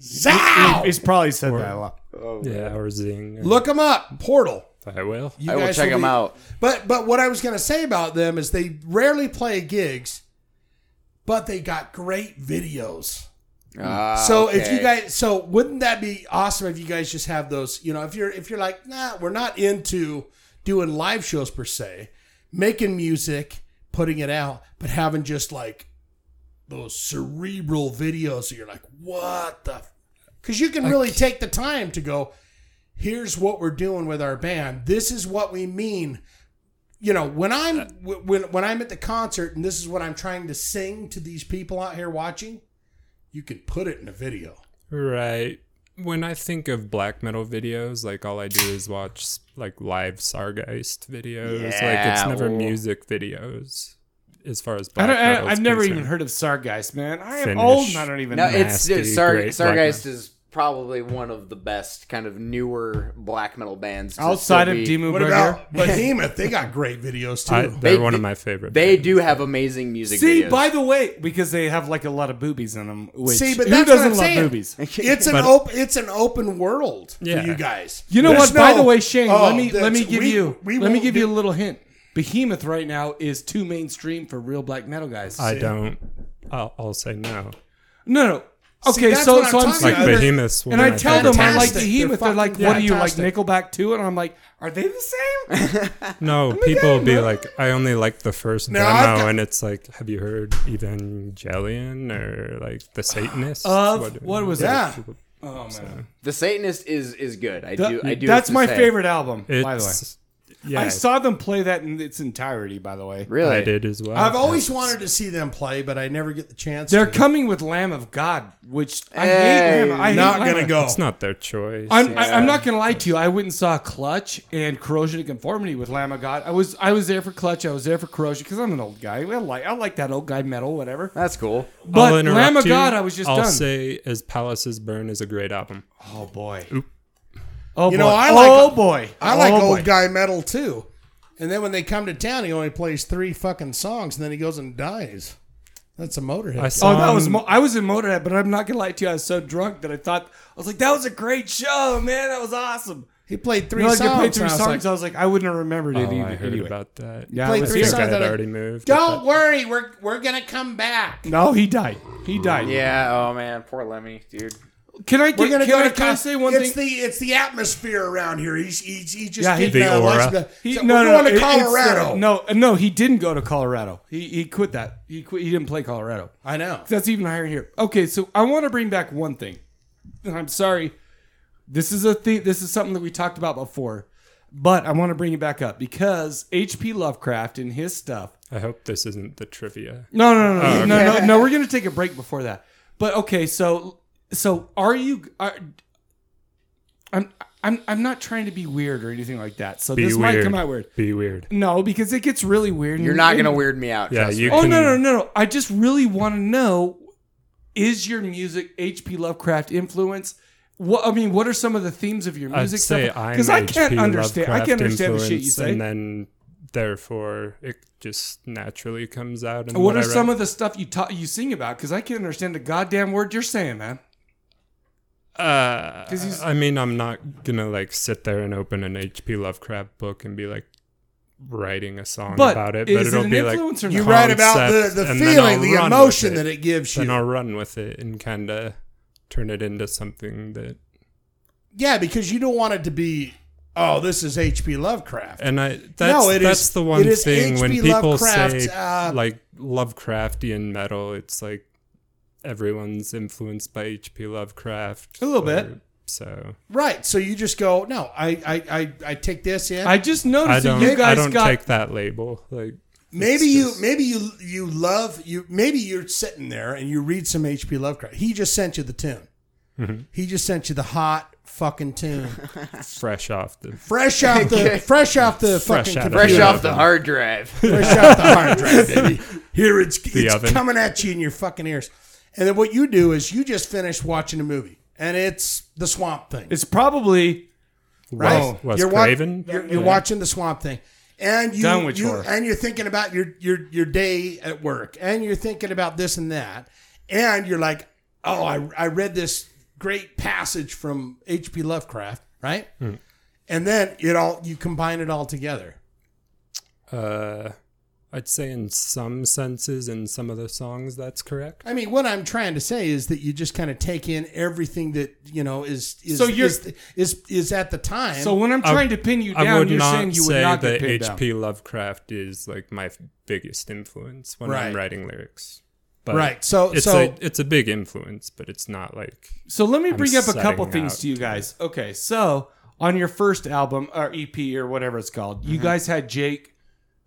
Zow!
He's probably said that a lot.
Yeah, or Zing.
Look him up. Portal.
I will.
You
(laughs) I will
guys
check them
be-
out.
But but what I was going to say about them is they rarely play gigs, but they got great videos.
Ah,
so if you
okay.
guys, so wouldn't that be awesome if you guys just have those? You know, if you're if you're like, nah, we're not into doing live shows per se, making music, putting it out, but having just like those cerebral videos that you're like, what the? Because you can really take the time to go. Here's what we're doing with our band. This is what we mean. You know, when I'm w- when when I'm at the concert and this is what I'm trying to sing to these people out here watching, you could put it in a video.
Right. When I think of black metal videos, like all I do is watch like live Sargeist videos. like it's
Yeah,
never
ooh.
music videos as far as
I
black
don't,
metal.
I, I've never even heard of Sargeist, man. I am
Finish.
old and I don't even
No,
know.
it's dude,
nasty,
Sar-
great black
Sargeist
metal.
is probably one of the best kind of newer black metal bands to
Outside
still
of
be-
Demu
What
Berger. (laughs)
about Behemoth? They got great videos
I,
too.
they're
They-
one of
they-
my favorite.
They
bands.
do have amazing music.
See,
videos.
by the way, because they have like a lot of boobies in them. Which,
See, but
who
that's
doesn't
what I'm
love
saying.
boobies?
It's an open. It's an open world
Yeah.
for you guys.
You know
There's
what? By
no-
the way, Shane,
oh,
let me let me
that's-
give
we-
you
we
let me
won't
give
do-
you a little hint. Behemoth right now is too mainstream for real black metal guys.
I don't. I'll, I'll say no.
no, no.
See,
Okay,
that's
so
what I'm
so I'm
talking
saying,
Like
about. they're-
Behemoth's. one
and I
of my
tell them I
favorite
like
Fantastic.
Behemoth. They're
They're
like,
fucking
"What do you like,
fantastic.
Nickelback too?" And I'm like, "Are they the
(laughs)
same?"
bands. No, people
"Oh God,
be
no.
like, I only like the first
No,
demo,
I've got-
and it's like, have you heard Evangelion or like the Satanists?
Of- what was
Yeah.
it?
Oh man,
the Satanist is is good. I do. I do. have
Uh, that's
to
my
say.
favorite album. By the way,
It's, yeah,
I saw them play that in its entirety. By the way,
Really,
I did as well.
I've always wanted to see them play, but I never get the chance.
they're
to.
coming with Lamb of God, which I
Hey,
hate. Lamb. I hate
not
Lamb
gonna
of-
go.
It's not their choice.
I'm, I, I'm not gonna lie to you. I went and saw Clutch and Corrosion of Conformity with Lamb of God. I was I was there for Clutch. I was there for Corrosion because I'm an old guy. I like I like that old guy metal, whatever.
That's cool.
I'll
But
interrupt
Lamb of
you.
God, I was just
I'll
done.
say, "As Palaces Burn" is a great album.
oh boy. Oh
You
boy.
know, I like-
oh boy.
I like
oh,
old
boy.
guy metal too. And then when they come to town, he only plays three fucking songs, and then he goes and dies. That's a Motorhead.
I
guy.
saw.
Oh, that was
him-
mo- I was in Motorhead, but I'm not gonna lie to you. I was so drunk that I thought I was like, "That was a great show, man. That was awesome."
he played three
You know, like,
songs.
I played three
and I was
songs.
like,
I was like, I wouldn't have remembered it.
Oh,
either.
I heard
anyway.
about that.
Yeah, I
Played
was
three
here.
I think I
songs.
had
that I-
already moved.
Don't worry, we're we're gonna come back.
No, he died. He died.
Yeah. Oh man, poor Lemmy, dude.
Can I? Get,
We're gonna
can,
go
I,
to
can I
con-
say one
it's
thing?
the it's the atmosphere around here. He's he's he just
Yeah, he-
getting
The
out of
aura.
Lexington.
He,
So
no,
we're
no,
going
it-
to
it's the-
Colorado.
no, no, he didn't go to Colorado. He he quit that. He quit. He didn't play Colorado.
I know.
That's even higher here. Okay, so I want to bring back one thing. And I'm sorry, this is a thing. This is something that we talked about before, but I want to bring it back up because H.P. Lovecraft and his stuff
I hope this isn't the trivia.
no, no, no, no,
Oh,
no, no, no. We're gonna take a break before that. But okay, so so are you? Are, I'm I'm I'm not trying to be weird or anything like that. So
Be
this
weird.
might come out weird.
Be weird.
No, because it gets really weird.
You're not gonna weird me out.
Yeah,
trust
you
me.
Oh no,
can-
no, no, no! I just really want to know: is your music H.P. Lovecraft influence? What I mean, what are some of the themes of your
I'd
music?
say
stuff?
I'm
I can't
HP
understand. I can't
Lovecraft
understand the shit you
influence,
say.
and then therefore it just naturally comes out. And
what are some of the stuff you ta- you sing about? Because I can't understand the goddamn word you're saying, man.
Uh,
'Cause he's-
I mean, I'm not gonna like sit there and open an H.P. Lovecraft book and be like writing a song
But
about it,
is it
but it'll
an
be like
influence or not?
You write about the,
concept,
the
and then I'll
feeling, the
run with
emotion
it.
that it gives
then
you.
I'll run with it and kind of turn it into something that.
Yeah, because you don't want it to be, oh, this is H.P. Lovecraft.
And I that's
it
that's
is-
the one
it is
thing when
H.P.
people
Lovecraft's,
say
uh,
like Lovecraftian metal, it's like everyone's influenced by H.P. Lovecraft
A little bit.
So
Right. So you just go, no, I I, I, I take this in.
I just
I
noticed
don't
that you
I
guys
don't
got.
take that label like
maybe
it's
you
just-
maybe you you love you maybe you're sitting there and you read some H.P. Lovecraft. He just sent you the tune.
Mm-hmm.
He just sent you the hot fucking
(laughs)
tune.
fresh off the
Fresh out the fresh off the
Fresh
fucking
out of
computer.
Fresh
Yeah.
off the hard drive.
fresh out the hard drive, baby. Here it's, it's
oven.
coming at you in your fucking ears. And then what you do is you just finish watching a movie, and it's the Swamp Thing.
It's probably
right?
Wes-
Wes
wa-
Craven?
you're, you're watching the Swamp Thing, and you,
Done with
you-
horror.
and you're thinking about your your your day at work, and you're thinking about this and that, and you're like, oh, I I read this great passage from H.P. Lovecraft, right?
Hmm.
And then it all you combine it all together.
Uh, I'd say in some senses, in some of the songs, that's correct.
I mean, what I'm trying to say is that you just kind of take in everything that you know is is
So you're-
is, is is at the time.
So when I'm
I-
trying to pin you
I
down,
would
you're
not
saying you
say
would not
that
get pinned down.
H.P. Lovecraft is like my f- biggest influence when
Right.
I'm writing lyrics. But
Right, so-
it's
so-
a, it's a big influence, but it's not like
So let me bring up a
setting
couple things
out.
to you guys. Okay, so on your first album or EP or whatever it's called, you guys had Jake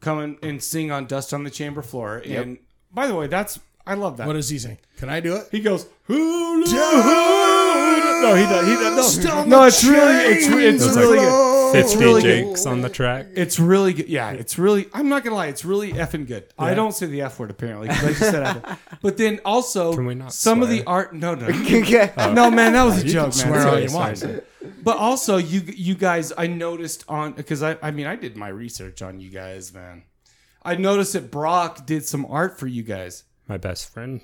come in and sing on "Dust on the Chamber Floor." And by the way, that's I love that.
what does he say? Can I do it?
he goes, "Who?" No, he does. He does. No, no it's really, it's re- it's
There's
really
like
good.
50
really good.
Jakes on the track.
It's really good. Yeah, it's really. I'm not gonna lie. It's really effing good. I don't say the f word apparently. 'cause I just said F word. But then also,
Can we not
some of the
swear?
art. No, no.
yeah.
No, man, that was a joke, man.
swear all
Sorry,
you
sorry,
want.
sorry. But also, you you guys, I noticed on because I I mean I did my research on you guys, man. I noticed that Brock did some art for you guys.
My best friend.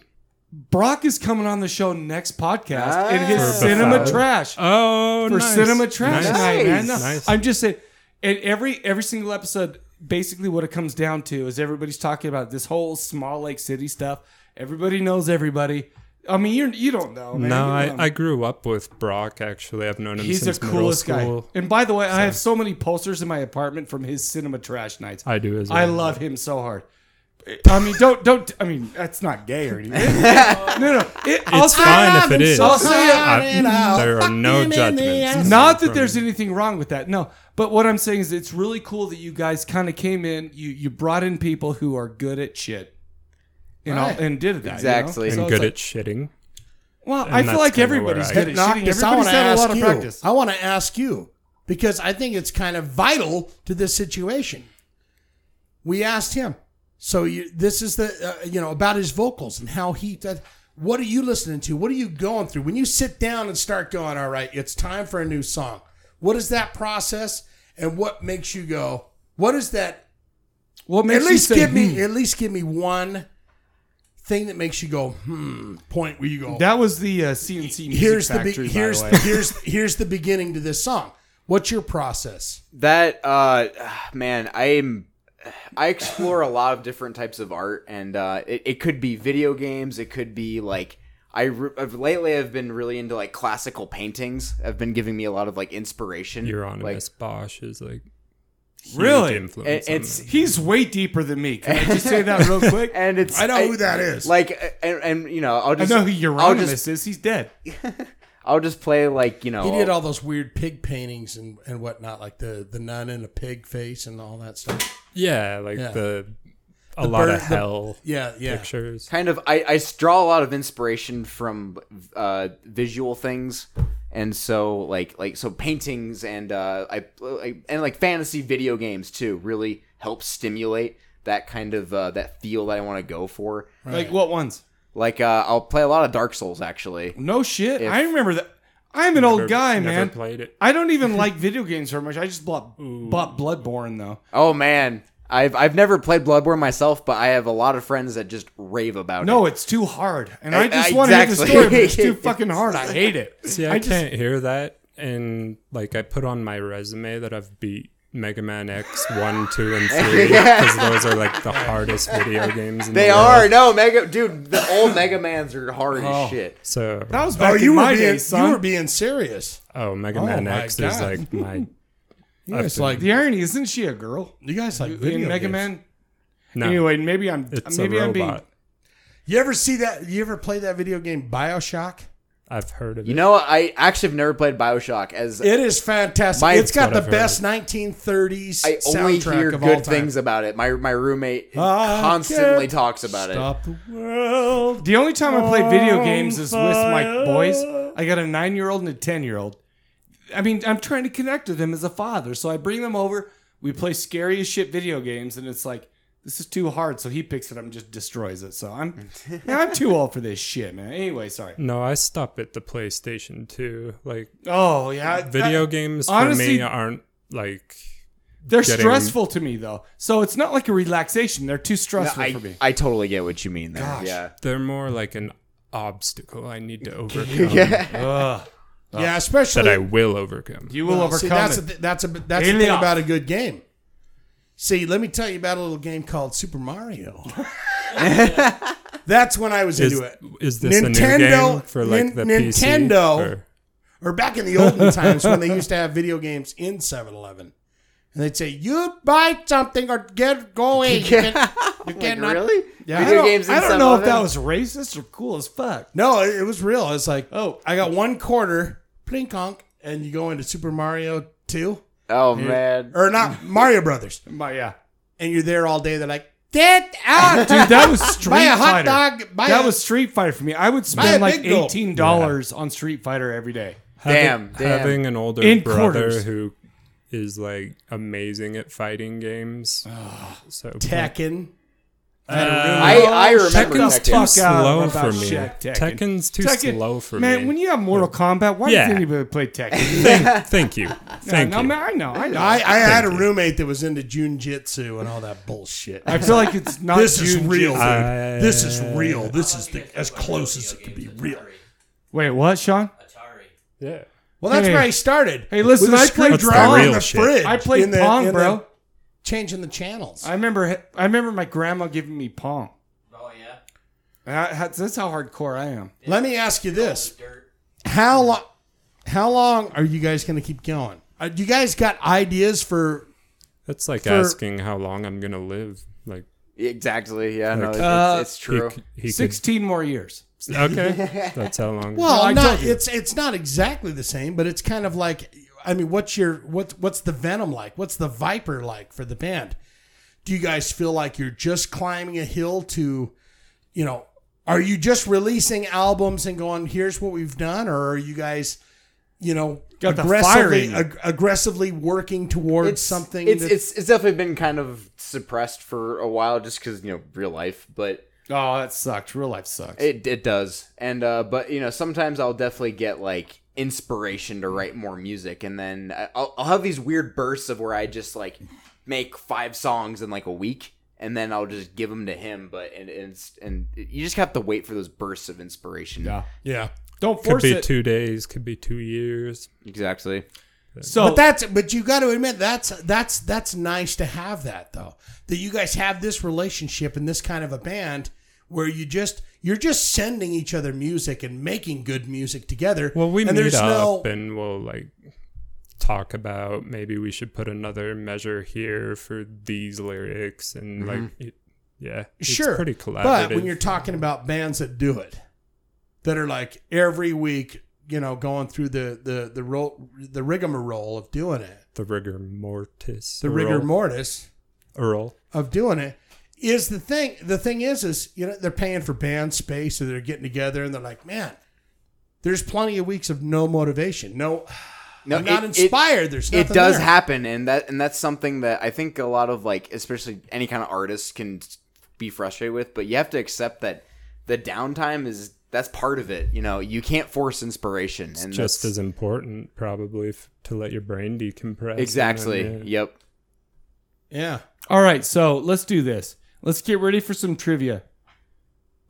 Brock is coming on the show next podcast in
Ah.
his
For
cinema
Buffalo.
trash
Oh,
for cinema trash
Nice.
night, man.
Nice.
No,
Nice.
I'm just saying, and every every single episode, basically what it comes down to is everybody's talking about this whole small lake city stuff. Everybody knows everybody. I mean, you you don't know. Man.
No,
You
I,
don't know.
I grew up with Brock. Actually, I've known him
He's the
since middle
coolest guy.
school.
And by the way, I have so many posters in my apartment from his cinema trash nights. I,
I do as well.
love him so hard. I mean, don't don't. I mean, that's not gay or anything. no, no. It,
It's
also,
fine if it is.
I'll say it.
I- there are no judgments.
Not that
from
there's anything wrong with that. No, but what I'm saying is, it's really cool that you guys kind of came in. You you brought in people who are good at shit, and all-
Right.
and did that you know?
Exactly.
and
So it's
good
like-
at shitting.
Well,
and
I feel
that's
like
kinda
everybody's
where I-
good at
Knock
shitting.
this, I want
Everybody's
to
had a
ask
lot of
you.
practice.
I want to ask you because I think it's kind of vital to this situation. We asked him, so you, this is the uh, you know about his vocals and how he. That, what are you listening to? What are you going through when you sit down and start going? All right, it's time for a new song. What is that process, and what makes you go? What is that?
What
At
makes you
least
say,
give
"Hmm."
me. At least give me one thing that makes you go hmm. Point where you go.
That was the uh, CNC music
here's the
factory.
be- here's
by the way.
here's here's the beginning to this song. What's your process?
That uh (sighs) man, I'm I explore a lot of different types of art and uh it, it could be video games, it could be like I re- I've, lately I've been really into like classical paintings. Have been giving me a lot of like inspiration. like,
Euronymous Bosch is like huge
Really?
influence.
It-
on
it's-
me.
He's way deeper than me. Can I just say that real quick?
and it's
that is.
like uh, and, and you know I'll
I
just
know who
I'll
Euronymous
just
is. He's dead.
I'll just play like you know
he did all those weird pig paintings and, and whatnot, like the the nun and a pig face and all that stuff.
yeah, like
Yeah.
the a lot
bird-
of
the-
hell
Yeah, yeah.
pictures.
kind of I, I draw a lot of inspiration from uh, visual things and so like like so paintings and uh, I, I and like fantasy video games too really help stimulate that kind of uh, that feel that I want to go for
Like what ones?
like uh, I'll play a lot of Dark Souls actually
No shit. I remember that. I'm an old
Never-
guy,
never
man.
played it.
I don't even like video games very much. I just bought, bought Bloodborne though.
oh man I've I've never played Bloodborne myself but I have a lot of friends that just rave about
No,
it
it's too hard, and
I-
I just
I-
want to hear the
exactly.
story, but it's too fucking hard. I hate it.
See, I,
just-
can't hear that. And like, I put on my resume that I've beat Mega Man X one, two,
(laughs)
and three because those are like the hardest video games. In
they
the
are
World.
no Mega dude the old Mega Mans are hard as shit
So,
That was back
Oh, you
in my
were being
day, son.
you were being serious.
oh, Mega
Oh
Man
my
X is
God.
(laughs)
like my.
You guys like
the irony isn't she a girl
you guys like video
in Mega
games.
Man?
No,
Anyway, maybe I'm
it's
maybe
a
I'm being
robot.
You ever see that? You ever play that video game Bioshock?
I've heard of
you
it.
know I actually have never played Bioshock as
It is fantastic.
My-
it's got
That's
the
what I've
best 1930s
I only
soundtrack
hear
of all
good
time.
things about it. My my roommate
I
constantly
can't
talks about
Stop the world.
The only time I play video games is with my boys. I got a nine year old and a 10 year old. I mean, I'm trying to connect with them as a father. So I bring them over. We play scary as shit video games. And it's like, this is too hard. So he picks it up and just destroys it. So I'm, yeah, I'm too old for this shit, man. Anyway, sorry.
No, I stop at the PlayStation 2. Like
Oh yeah,
video
that-
games for
honestly-
me aren't like
They're
getting-
stressful to me though, so it's not like a relaxation. They're too
No,
stressful
I,
for me.
I totally get what you mean there.
Gosh.
Yeah.
they're more like an obstacle
(laughs)
I need to overcome
Ugh.
yeah, especially
that I will overcome.
You will
Well,
overcome
See, that's
it.
a, that's a that's the thing
Enough.
about a good game. See, let me tell you about a little game called
(laughs)
Super Mario. that's when I was
is,
into it.
is this a new
Nintendo-
game for like
Nin-
the
Nintendo-
PC? Or,
Or back in the olden times when they used to have video games in 7-Eleven. And they'd say, "You buy something or
(laughs)
get going." You can- you
Like,
cannot-
really?
Yeah.
I don't,
in
I don't know if
7-Eleven?
that was racist or cool as fuck.
No, it, it was real. It's like,
Oh.
I got one quarter, plink conk, and you go into Super Mario Two
Oh man.
(laughs)
or not Mario Brothers,
But yeah,
and you're there all day. They're like, "Get out!"
dude, that was Street
Buy a hot
Fighter.
dog. Buy
that
a,
was Street Fighter for me. I would
Buy a
spend like
big goal.
eighteen dollars on Street Fighter every day.
having,
Damn, damn.
having an older
In
brother
quarters.
who is like amazing at fighting games.
Uh,
so
Tekken.
I, I remember
Tekken's
Tekken's
Tekken.
too
fuck out
slow
about
for me.
Shaq Tekken.
Tekken's too
Tekken-
slow for
man,
me.
when you have Mortal Kombat, why
Yeah.
does anybody play Tekken?
(laughs) thank, thank
(laughs)
you, thank
no,
you.
man, I know, I know.
I,
I,
I had a roommate that was into Junjitsu and all that bullshit.
feel like it's not.
this is
Jujitsu.
real.
I-
dude. this is real. This is the, as close as it could be real.
Wait, what, Sean?
Atari.
yeah.
Well, that's
Hey.
where I started.
Hey, listen,
with a
I played
screwdriver
Pong.
in the
Real shit.
fridge.
I played
in the-
Pong,
in the-
bro.
changing the channels.
I remember. I remember my grandma giving me Pong.
Oh yeah.
I- I- That's how hardcore I am.
Let me ask you this:
Dirt.
how long how long are you guys going to keep going? Uh, you guys got ideas for
That's like
For-
asking how long I'm gonna live. Like
Exactly. Yeah. No, it's,
Uh,
it's, it's true.
He, he
Sixteen more years.
Could,
(laughs)
okay, that's how long.
well,
I
not,
told you.
it's it's not exactly the same, but it's kind of like I mean, what's your what what's the venom like? What's the viper like for the band? Do you guys feel like you're just climbing a hill to, you know, are you just releasing albums and going, here's what we've done, or are you guys, you know,
Got the fire
aggressively
in you.
ag- aggressively working towards
It's
something?
It's,
that-
it's it's definitely been kind of suppressed for a while, just because you know real life. But
Oh, that sucked. Real life sucks.
It it does. And uh but you know, sometimes I'll definitely get like inspiration to write more music and then I- I'll I'll have these weird bursts of where I just like make five songs in like a week and then I'll just give them to him but and and, it's, and you just have to wait for those bursts of inspiration.
Yeah.
yeah.
Don't
could
force
be
it.
two days, could be two years.
Exactly.
so
But that's but you got to admit that's that's that's nice to have that though that you guys have this relationship and this kind of a band where you just you're just sending each other music and making good music together.
Well, we
and
meet
there's
up
no
and we'll like talk about maybe we should put another measure here for these lyrics and
Mm-hmm.
like it, yeah, it's
sure
pretty collaborative.
But when you're talking about bands that do it, that are like every week, you know, going through the the the ro- the rigmarole of doing it,
the rigor mortis,
the rigor
Earl-
mortis.
Earl.
of doing it is the thing the thing is is you know they're paying for band space so they're getting together and they're like man there's plenty of weeks of no motivation no
No,
i'm not
it- it-
inspired there's nothing
it does
there.
happen and that and that's something that i think a lot of like especially any kind of artist can be frustrated with but you have to accept that the downtime is that's part of it you know you can't force inspiration and
Just
that's-
as important, probably, f- to let your brain decompress. and
exactly
then, yeah.
yep
yeah
all right. So let's do this. Let's get ready for some trivia.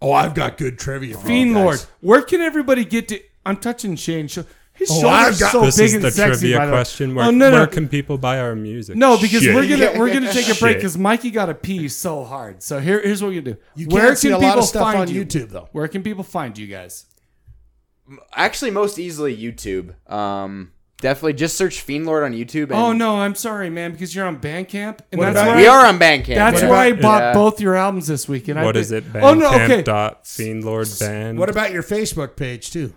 oh i've got good trivia for
Oh, Fiend
you
Lord,
guys.
where can everybody get to? I'm touching Shane's sho- His
Oh, I've
shoulders
got-
so
This
big
is
and
the
sexy. by
trivia
the way.
question. Where,
oh no,
where
no,
can people buy our music?
no, because
Shit.
we're gonna we're gonna take a break
Shit.
because Mikey got to pee so hard. So here here's what we gonna do.
you can't
where can
see a
people
lot of stuff
find
on
you?
youtube though
Where can people find you guys?
actually most easily youtube um definitely just search fiend lord on youtube and
Oh no, I'm sorry, man, because you're on Bandcamp, and that's
about-
where
we
I-
are on bandcamp
That's
yeah.
where I bought
Yeah.
both your albums this week. And I
What
think-
is it?
Oh no, okay.
Dot Fiendlord Band.
what about your facebook page too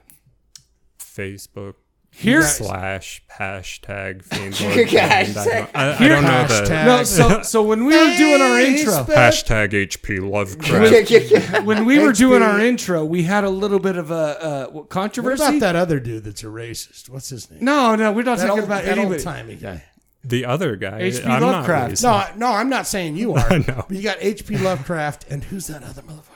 Facebook?
Here's
slash hashtag Fiendlord
Hashtag.
Band. I don't, I, I don't know the
Hashtag.
no. So so when we were doing our intro,
hashtag HP Lovecraft.
Yeah, yeah, yeah.
when we were doing our intro, we had a little bit of a uh, what,
what
controversy.
about that other dude that's a racist what's his name
No, no, we're not
that
talking
old,
about
that old
anybody.
timey guy
the other guy.
H.P.
I'm not
Lovecraft.
really
No, I- no, I'm not
(laughs)
saying you are.
no.
But you got H.P. Lovecraft, and who's that other motherfucker?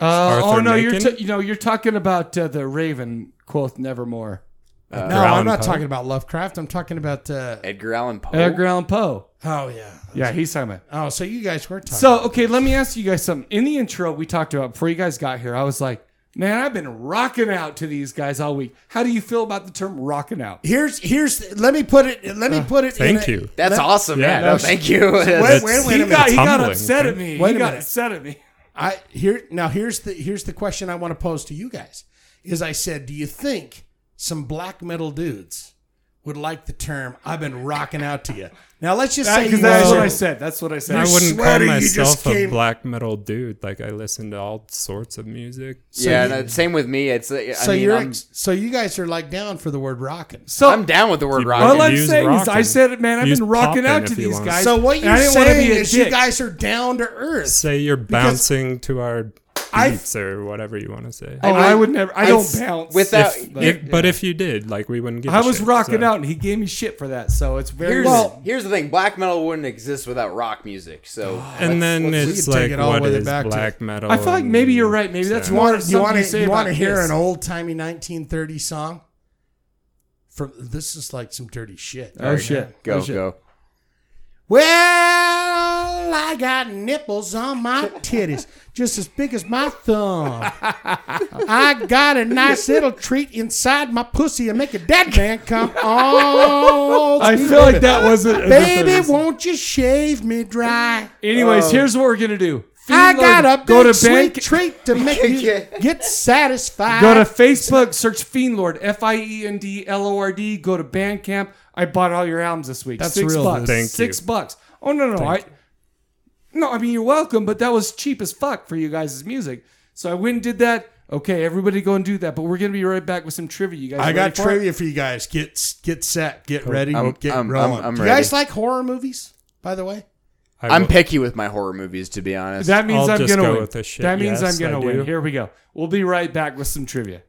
Uh, oh
Arthur
no, you're
Macon?
t- you know you're talking about uh, the Raven quoth nevermore.
Uh,
no, I'm
Allan
not
Poe.
talking about Lovecraft. I'm talking about. Uh,
Edgar Allan Poe.
Edgar Allan Poe.
oh yeah.
Yeah, he's talking about.
Oh, so you guys were talking.
So, okay, let me ask you guys something. In the intro we talked about before you guys got here, I was like, man, I've been rocking out to these guys all week. How do you feel about the term rocking out?
here's here's. Let me put it. Let me
Ah,
put it.
Thank
in a-
you.
That's awesome.
Yeah,
Yeah,
that
no,
was-
thank you.
Wait, wait, wait
He
a minute.
got, he got
Tumbling,
upset at
right?
me.
Wait
he
a
got
minute.
upset at (laughs) me.
I here now. Here's the here's the question I want to pose to you guys. Is I said, do you think some black metal dudes would like the term "I've been rocking out to you"? Now let's just say
Because
you
that's
guys
what
are-
I said. That's what I said.
I
You're
wouldn't
sweating,
call
you just
myself a
came-
black metal dude. Like I listen to all sorts of music.
yeah, no, same with me. It's uh,
So
I mean,
you're
I'm,
ex- so you guys are like down for the word "rocking."
so
I'm down with the word
all
rocket.
Well,
I'm
Use
saying is I
rocking.
said it, man. I've
Use
been rocking
popping
out
if
to
you
these
want.
guys.
So what
and
you're
I didn't wanna
saying
be a
is you
dick.
guys are down to earth.
Say you're
Because-
bouncing to our beats or whatever you want to say.
Oh, I,
I-
would never. I,
I
don't
s-
bounce.
with that-
If-
Like,
if- But if you did, like we wouldn't get.
I was rocking out, and he gave me shit for that. So it's very
Here's,
Well-
here's the thing: black metal wouldn't exist without rock music. So,
And then
we
it's
could take
like
it all the
what
way
is
back to-
black metal?
I feel like maybe you're right. Maybe
and-
that's
so-
You want
Something
you want
you say
to you want to
about
hear
this.
an old timey 1930 song? From this is like some dirty shit.
Oh shit!
go
Oh, shit.
go.
Well, I got nipples
(laughs)
on my titties, just as big as my thumb. I got a nice little treat inside my pussy and make a dead
(laughs)
man come
(laughs)
on.
I feel like that wasn't. a
(laughs) Baby,
difference.
won't you shave me dry?
Anyways, here's what we're gonna do.
Oh. I
Feed
got
Loader.
a
go to
sweet
bank.
treat
(laughs)
to make you get satisfied.
Go to Facebook, search Fiendlord, F I E N D L O R D. Go to Bandcamp. I bought all your albums this week.
That's
six
real,
bucks.
Thank
six
you.
bucks. Oh no, no, no. I, no, I mean you're welcome, but that was cheap as fuck for you guys' music. So I went and did that. Okay, everybody go and do that. But we're gonna be right back with some trivia. You guys,
I
ready
got
for it?
trivia for you guys. Get get set, get ready,
I'm-
get
I'm-
rolling.
I'm- I'm
Do you guys
ready.
like horror movies? By the way,
I
I'm
will-
picky with my horror movies, to be honest.
That means
I'll
i am
just
gonna
go
win.
with the shit
That means
yes,
I'm gonna
I
win.
do.
Here we go. We'll be right back with some trivia.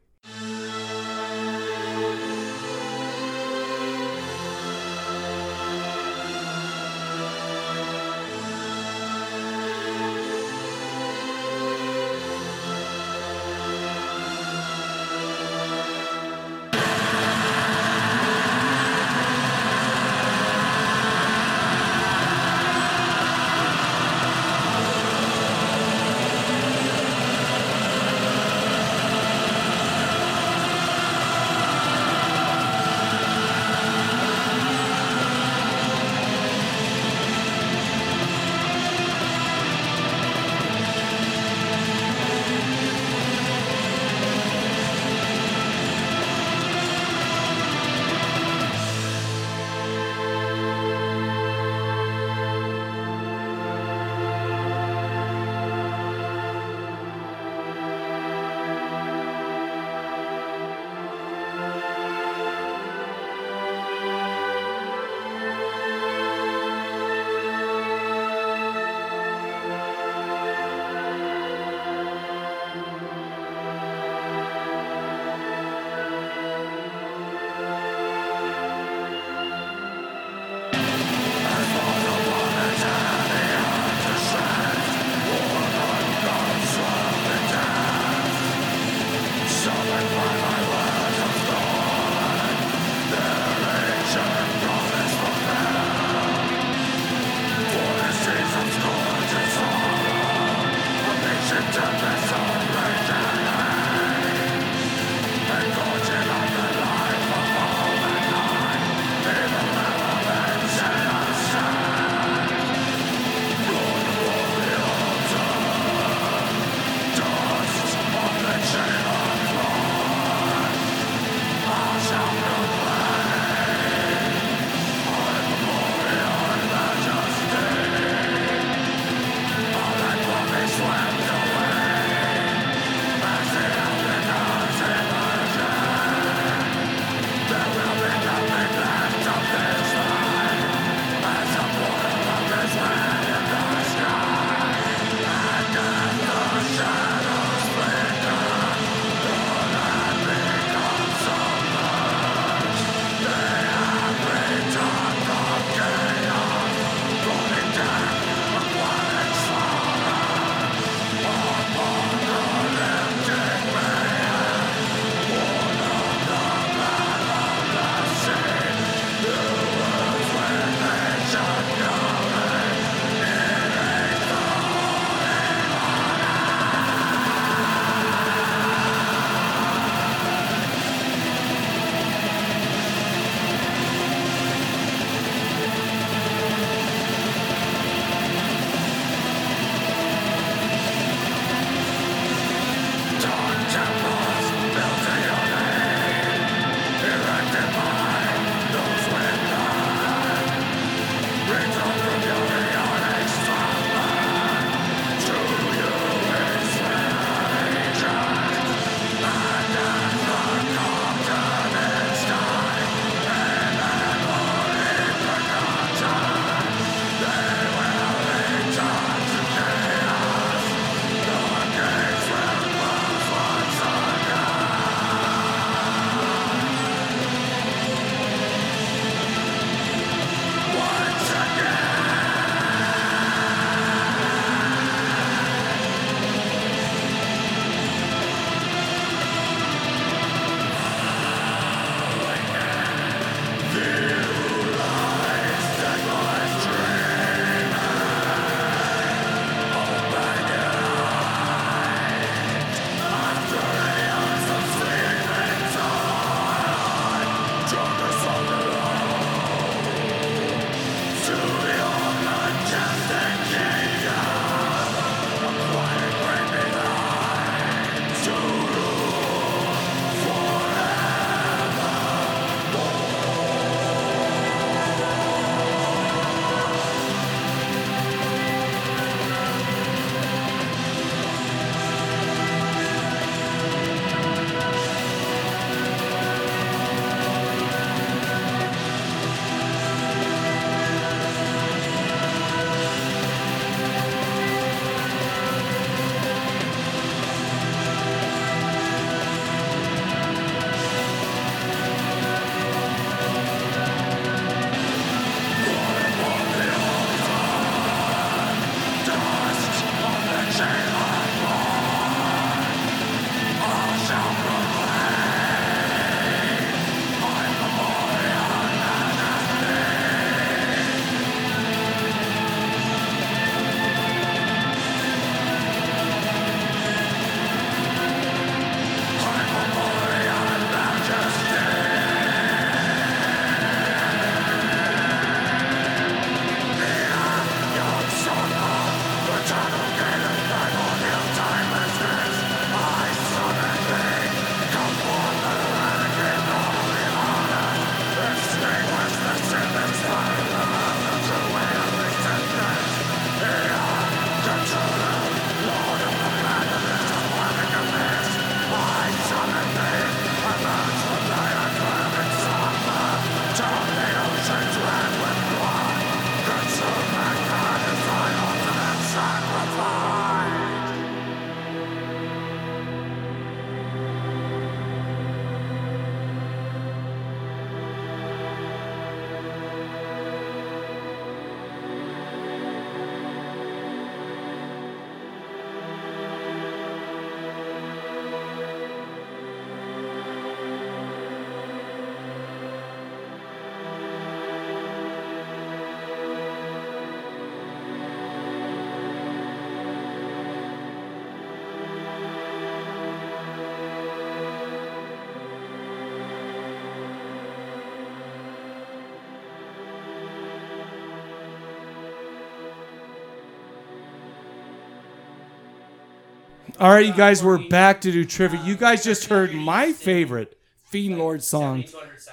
All right, you guys, we're back to do trivia. You guys just heard my favorite Fiend Lord song,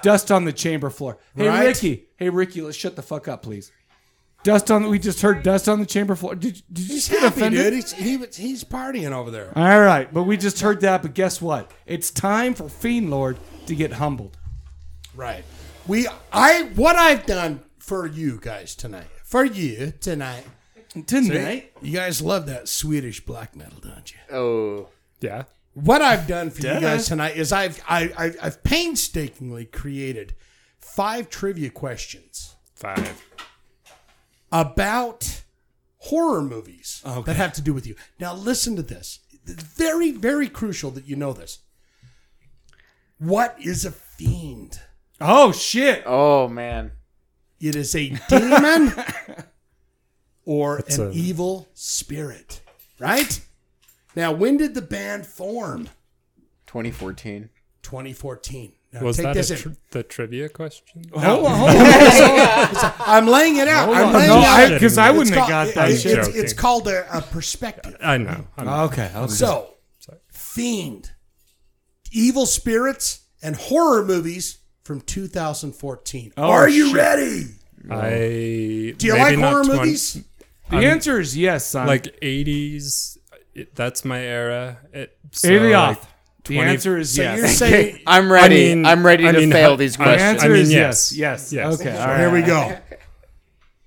"Dust on the Chamber Floor." Hey
Right.
Ricky, hey Ricky, let's shut the fuck up, please. Dust on the. We just heard "Dust on the Chamber Floor." Did, did you
He's
just get
happy,
offended?
dude. He's, he, was- he's partying over there.
All right, but we just heard that. But guess what? It's time for Fiend Lord to get humbled.
Right. We, I, what I've done for you guys tonight, for you tonight.
Tonight,
You guys love that Swedish black metal, don't you?
Oh,
Yeah.
What I've done for
Duh.
you guys tonight is I've, I, I've, I've painstakingly created five trivia questions
Five.
about horror movies
Oh,
that have to do with you. Now, listen to this. It's very, very crucial that you know this. What is a fiend?
oh shit!
oh man.
It is a
(laughs)
demon or
That's
an
a-
evil spirit, right? Now, when did the band form?
2014.
2014. Now,
Was
take
that
this
a
in.
tri- the trivia question?
Hold on,
(laughs)
hold on.
I'm laying it out. I'm
on.
laying
No,
it out.
I- 'cause I
It's
wouldn't have got
called-
that
it- it's,
shit.
It's,
Joking.
called a, a perspective.
I know. I know.
okay, okay.
Oh, So,
Sorry.
fiend, evil spirits, and horror movies from 2014.
Oh,
Are you
shit.
ready?
I
Do you
maybe
like
not
horror
20
movies?
the answer is yes, son.
Like eighties. That's my era. It, so
Ilioth.
like,
the
20
answer is
So
yes. (laughs)
you're saying
I'm ready.
I mean-
I'm ready to
I mean,
fail
how-
these
I-
The
questions.
answer
I mean,
is yes. Yes.
yes. Yes.
Okay.
So
all
here we
right.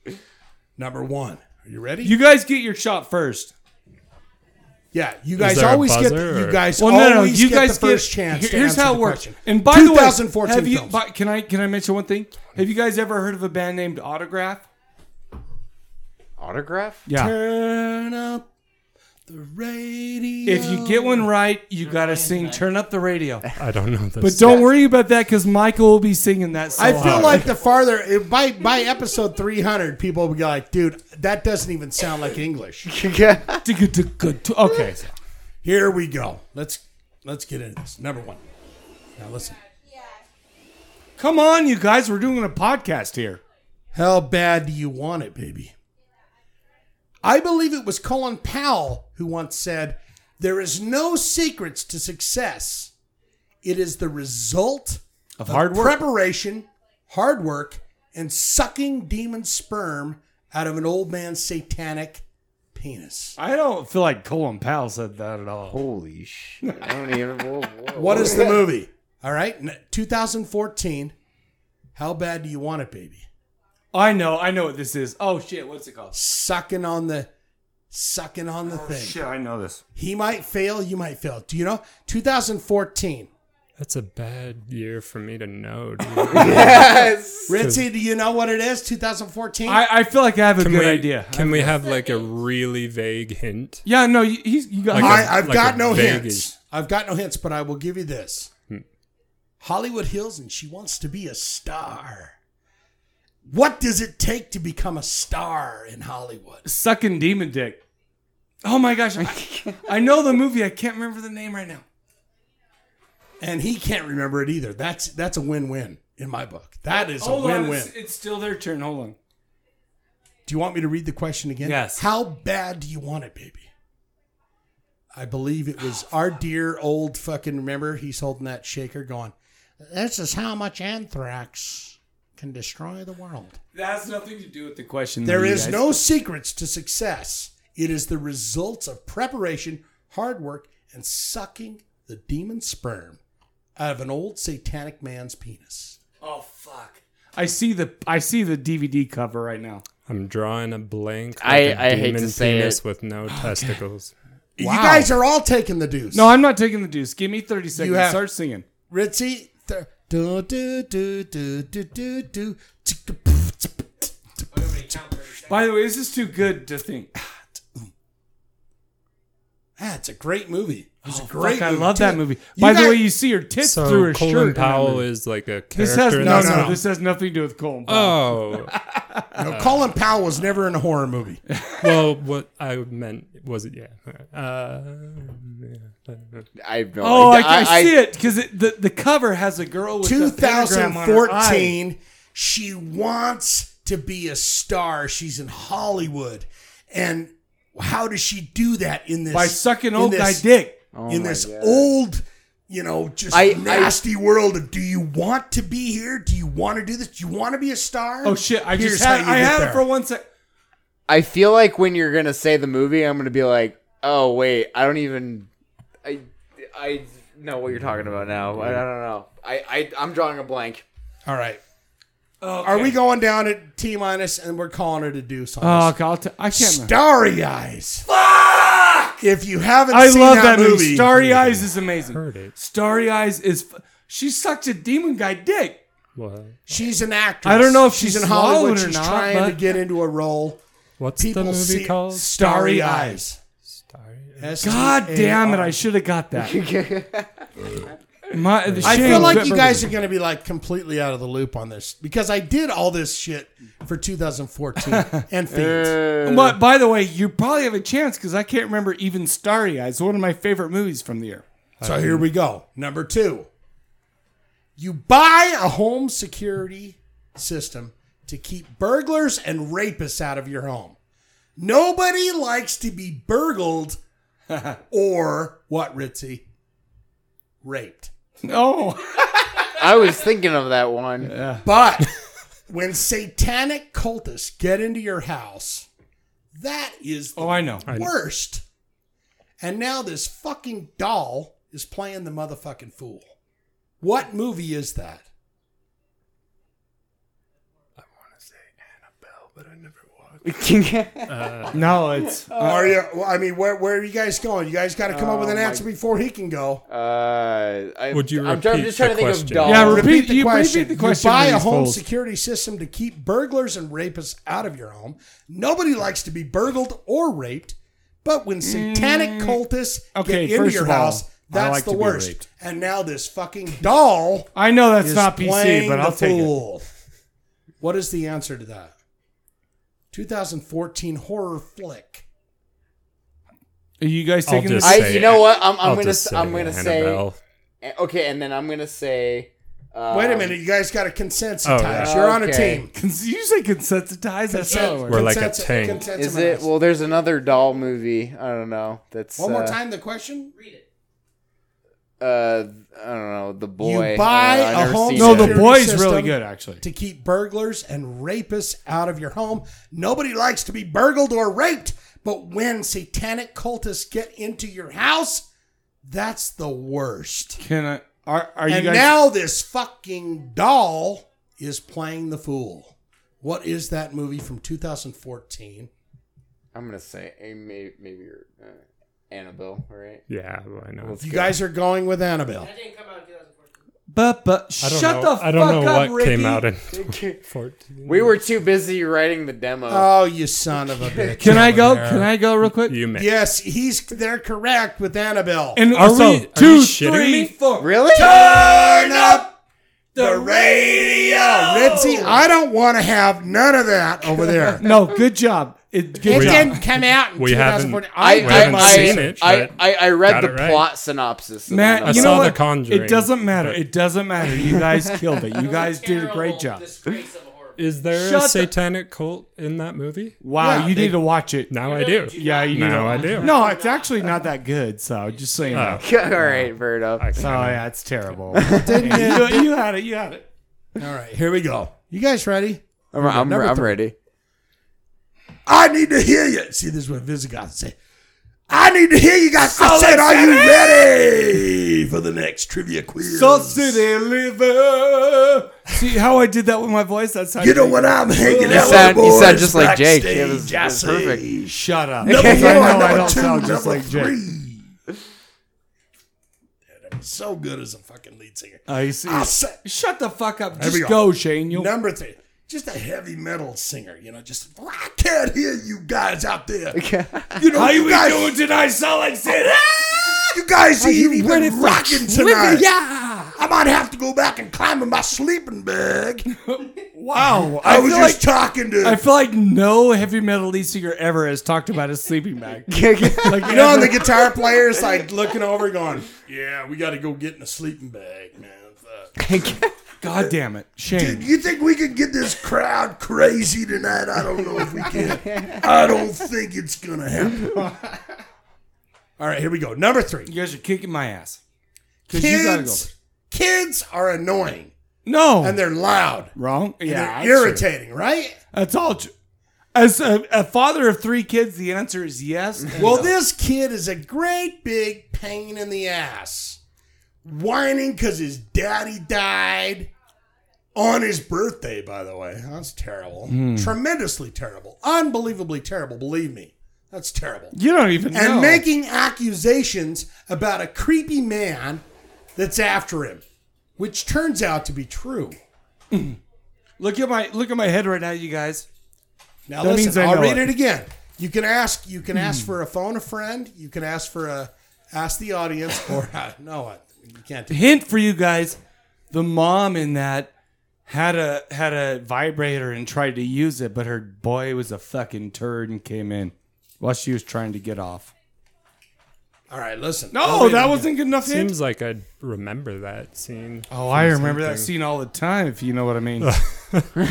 go. Number one. Are you ready?
You guys get your shot first.
yeah, you guys
there a
always get.
buzzer,
You
or-
guys
Well,
always
no, no, no. You
get
guys
the first
get,
chance.
here-
to
here's
answer
how
the
it works.
question.
And by the way,
2014
have you?
films.
but can I can I mention one thing? Have you guys ever heard of a band named Autograph?
Autograph?
Yeah.
Turn up the radio.
If you get one right, you gotta sing "Turn Up the Radio."
I don't know this.
But don't worry about that because Michael will be singing that song.
I
(laughs)
feel like the farther it- by by episode 300, people will be like, "Dude, that doesn't even sound like English." (laughs)
okay.
Here we go. Let's let's get into this. Number one. Now listen.
Come on, you guys. We're doing a podcast here.
How bad do you want it, baby? I believe it was Colin Powell who once said, There is no secrets to success. It is the result
Of hard work.
preparation, hard work, and sucking demon sperm out of an old man's satanic penis.
I don't feel like Colin Powell said that at all.
Holy shit. I don't even. Whoa, whoa.
What is the movie? All right, n- 2014. How bad do you want it, baby?
I know, I know what this is. Oh shit, what's it called?
Sucking on the, sucking on
Oh,
the thing.
I know this.
He might fail. You might fail. Do you know? 2014.
That's a bad year for me to know. dude.
Yes.
Ritzy, do you know what it is? 2014.
I, I feel like I have a
Can
good
we,
idea.
Can we have like a really vague hint?
yeah, no, you, he's you got.
Like
I,
a-
I've
like
got
a
no
Vegas. Hmm.
hints. I've got no hints, but I will give you this. Hollywood Hills, and she wants to be a star. What does it take to become a star in Hollywood?
sucking demon dick. Oh my gosh, I, I know the movie. I can't remember the name right now.
And he can't remember it either. That's that's a win-win in my book. That is a
Hold on,
win-win.
it's, it's still their turn. Hold on.
Do you want me to read the question again?
Yes.
How bad do you want it, baby? I believe it was our dear old fucking. Remember, he's holding that shaker, going, "This is how much anthrax can destroy the world."
That has nothing to do with the question.
There
though, you
is
guys.
no secrets to success. It is the results of preparation, hard work, and sucking the demon sperm out of an old satanic man's penis.
Oh fuck. I see the I see the DVD cover right now.
I'm drawing a blank. Like
I-
a
I hate to
demon
say
penis
it.
(gasps)
with no testicles.
You guys are all taking the deuce.
No, I'm not taking the deuce. Give me 30 seconds.
have-
Start singing.
Ritzy. th- Do, do, do, do, do, do, do.
By the way, this is too good to think.
That's a great movie. It's
Oh,
a great
fuck, I
movie,
love
too.
that movie.
You
By the
guys-
way, you see her tits through
So
her shirt.
Colin
in that
Powell
movie.
is like a character.
This has
in
no,
this
no,
no.
This has nothing to do with Colin Powell.
Oh
No, Colin Powell was never in a horror movie.
(laughs) well, what I meant was it? Yeah. Uh, yeah.
I have no
Oh, I,
idea.
can see it because the, the cover has a girl (laughs) with the pentagram on her eye.
2014. She wants to be a star. She's in Hollywood, and
how does she do that in this
by sucking
in
old
this-
guy dick. Oh,
in this old, you know, just
Oh I- I-
nasty world of do you want to be here? Do you want to do this? Do you want to be a star?
Oh shit! I
Here's
just had,
how you
I
get
had
there.
it for one sec.
I feel like when you're gonna say the movie, I'm gonna be like, oh wait, I don't even, I, I know what you're talking about now. I, I don't know. I, I, I'm drawing a blank.
All right. Are we going down at T minus and we're calling it a deuce on
Oh,
this?
God, I'll t- I can't. remember.
Starry Eyes. Fuck! If you haven't
I
seen
love that
that,
movie. Starry Eyes is amazing.
Heard it.
Starry Eyes is. F- she sucked a demon guy dick.
Well,
she's an actress.
I don't know if
she's
she
in
swallowed
Hollywood.
or
she's
not,
trying to
but-
get into a role.
what's
People
the movie
see
called?
Starry Eyes.
Starry.
God
S-T-A-R.
damn it! I should have got
(laughs)
that. My,
I feel like you guys are going to be like completely out of the loop on this because I did all this shit for 2014 and Fiends.
But Oh, by the way, you probably have a chance because I can't remember even Starry Eyes, one of my favorite movies from the year.
So here we go. Number two, you buy a home security system to keep burglars and rapists out of your home. Nobody likes to be burgled or what, Ritzy? Raped.
No,
I was thinking of that one.
But when satanic cultists get into your house, that is the
oh I
(laughs)
know.
worst. And now this fucking doll is playing the motherfucking fool. What movie is that?
No, it's
are you? well, I mean, where where are you guys going? You guys got to come up with an answer before he can go.
Uh, I,
Would you
I'm, trying- I'm
repeat
just trying to
the
think
question?
of dolls.
Yeah, repeat- you- repeat the question,
you buy a
please,
home
Foles.
security system to keep burglars and rapists out of your home. Nobody likes to be burgled or raped, but when satanic cultists
Mm. Okay,
get into
first
your
of all,
house,
I
that's
like
the
to be
worst.
raped.
And now this fucking doll
I know that's
is
not PC,
playing
but
the
I'll take it.
fool. (laughs) What is the answer to that? 2014 horror flick.
Are you guys
I'll
taking
just
this?
I-
say
you
it.
know what? I'm- I'm
I'll
gonna
just
s- I'm gonna say-
Annabelle.
Eh, Okay, and then I'm gonna say. Um,
Wait a minute, you guys got a consensus
Oh,
tie.
yeah.
You're on a
Okay.
team.
Cons- you say consensitized. That's how it
Consen-
We're
works.
like a
consensus-
team.
consensus
Is it?
minus.
Well, there's another doll movie. I don't know. That's
One more
uh,
time, the question.
Uh, I don't know. The boy.
buy
I don't know, I've
a
never
home
seen
No,
it.
the
Security
boy is
system.
really good actually.
To keep burglars and rapists out of your home. Nobody likes to be burgled or raped, but when satanic cultists get into your house, that's the worst.
Can I? Are, are you
and
guys?
now this fucking doll is playing the fool. What is that movie from 2014?
I'm gonna say eh, may- maybe you're uh, Annabelle, all right?
Yeah, why not?
You guys are going with Annabelle.
but but
I don't
shut
know.
the
I don't
fuck
know
up,
what
Ricky.
came out in 2014.
We were too busy writing the demo.
Oh, you son of a bitch.
Can I go? Can I go real quick?
You may.
Yes, he's they're correct with Annabelle.
And
Are
so,
we- are you
two,
shitting
three,
me?
four.
really?
Turn up the radio. Ritzy, I don't want to have none of that
(laughs)
over there.
No, good job. It, good
We-
job.
come out in
We haven't- 2014.
I,
We
I,
haven't
I,
seen it,
I,
but
I, I
got
read the
it right.
plot synopsis. of
Matt,
I
Annabelle.
you know
saw The
what?
Conjuring,
it doesn't matter.
but-
It doesn't matter. You
(laughs)
guys killed it. You guys did a great job.
Is there
Shut
a
the-
satanic cult in that movie?
Wow,
Yeah,
you
they-
need to watch it.
Now I do.
Yeah, you need
Now I
to.
do.
No, it's actually not that good. So just so you know.
Oh,
Yeah, (laughs) All right, fair enough.
I
So
can't.
yeah,
(laughs)
it's terrible. you, you had it. You had it.
All right, here we go. You guys ready?
I'm, I'm,
Number
I'm
three.
ready.
I need to hear you. See, this is what Visigoths say. I need to hear you guys. I said, are you ready for the next trivia quiz?
Salt City Liver. See how I did that with my voice? That's how
you know when I'm hanging out
sound-
with
you
the boys
sound just like Jake.
backstage,
Yeah, this is-
I
this is
say,
perfect.
Shut up. (laughs)
Number
Because I
one,
know I
number
don't
two,
sound just
number
like Jake.
three. Dude, I'm So good as a fucking lead singer.
I Oh, see.
I said,
Shut the fuck up.
we
Just
go.
go, Shane. You'll
Number three, just a heavy metal singer, you know, just I can't hear you guys out there. You know, you guys,
tonight, Salt Lake City?
you guys ain't even rocking tonight.
Yeah.
I might have to go back and climb in my sleeping
(laughs)
bag.
Wow.
I,
I,
was
feel
just
like
talking to.
I feel like no heavy metal lead singer ever has talked about his sleeping
(laughs)
bag. like
You know, and the (laughs) guitar player's like looking over, going, "Yeah, we got to go get in a sleeping bag, man." Fuck."
God damn it,
Dude,
Shane.
you think we can get this crowd crazy tonight? I don't know if we can. I don't think it's gonna happen.
(laughs) All right, here we go. Number three.
You guys are kicking my ass. 'Cause
Kids,
you gotta go first.
kids are annoying
No,
and they're loud.
wrong. Yeah,
they're irritating, right?
That's all. Tr- As a, a father of three kids, the answer is yes. And
Well,
no.
this kid is a great big pain in the ass, whining because his daddy died on his birthday, by the way. That's terrible. Tremendously terrible. Unbelievably terrible, believe me. That's terrible.
you don't even
And
know.
making accusations about a creepy man that's after him, which turns out to be true.
look at my look at my head right now, you guys.
Now
That
listen,
means I
I'll
know
read
it. Hmm.
it. again. You can ask. You can ask for a phone a friend. You can ask for a ask the audience or (laughs) uh, no, I- you can't. Do
Hint for you guys: the mom in that had a had a vibrator and tried to use it, but her boy was a fucking turd and came in while she was trying to get off. Oh,
All right, listen. I'll
No,
read it
that
again.
wasn't good enough hint.
Seems like I'd remember that scene.
Oh, I remember that
something.
scene all the time. If you know what I mean.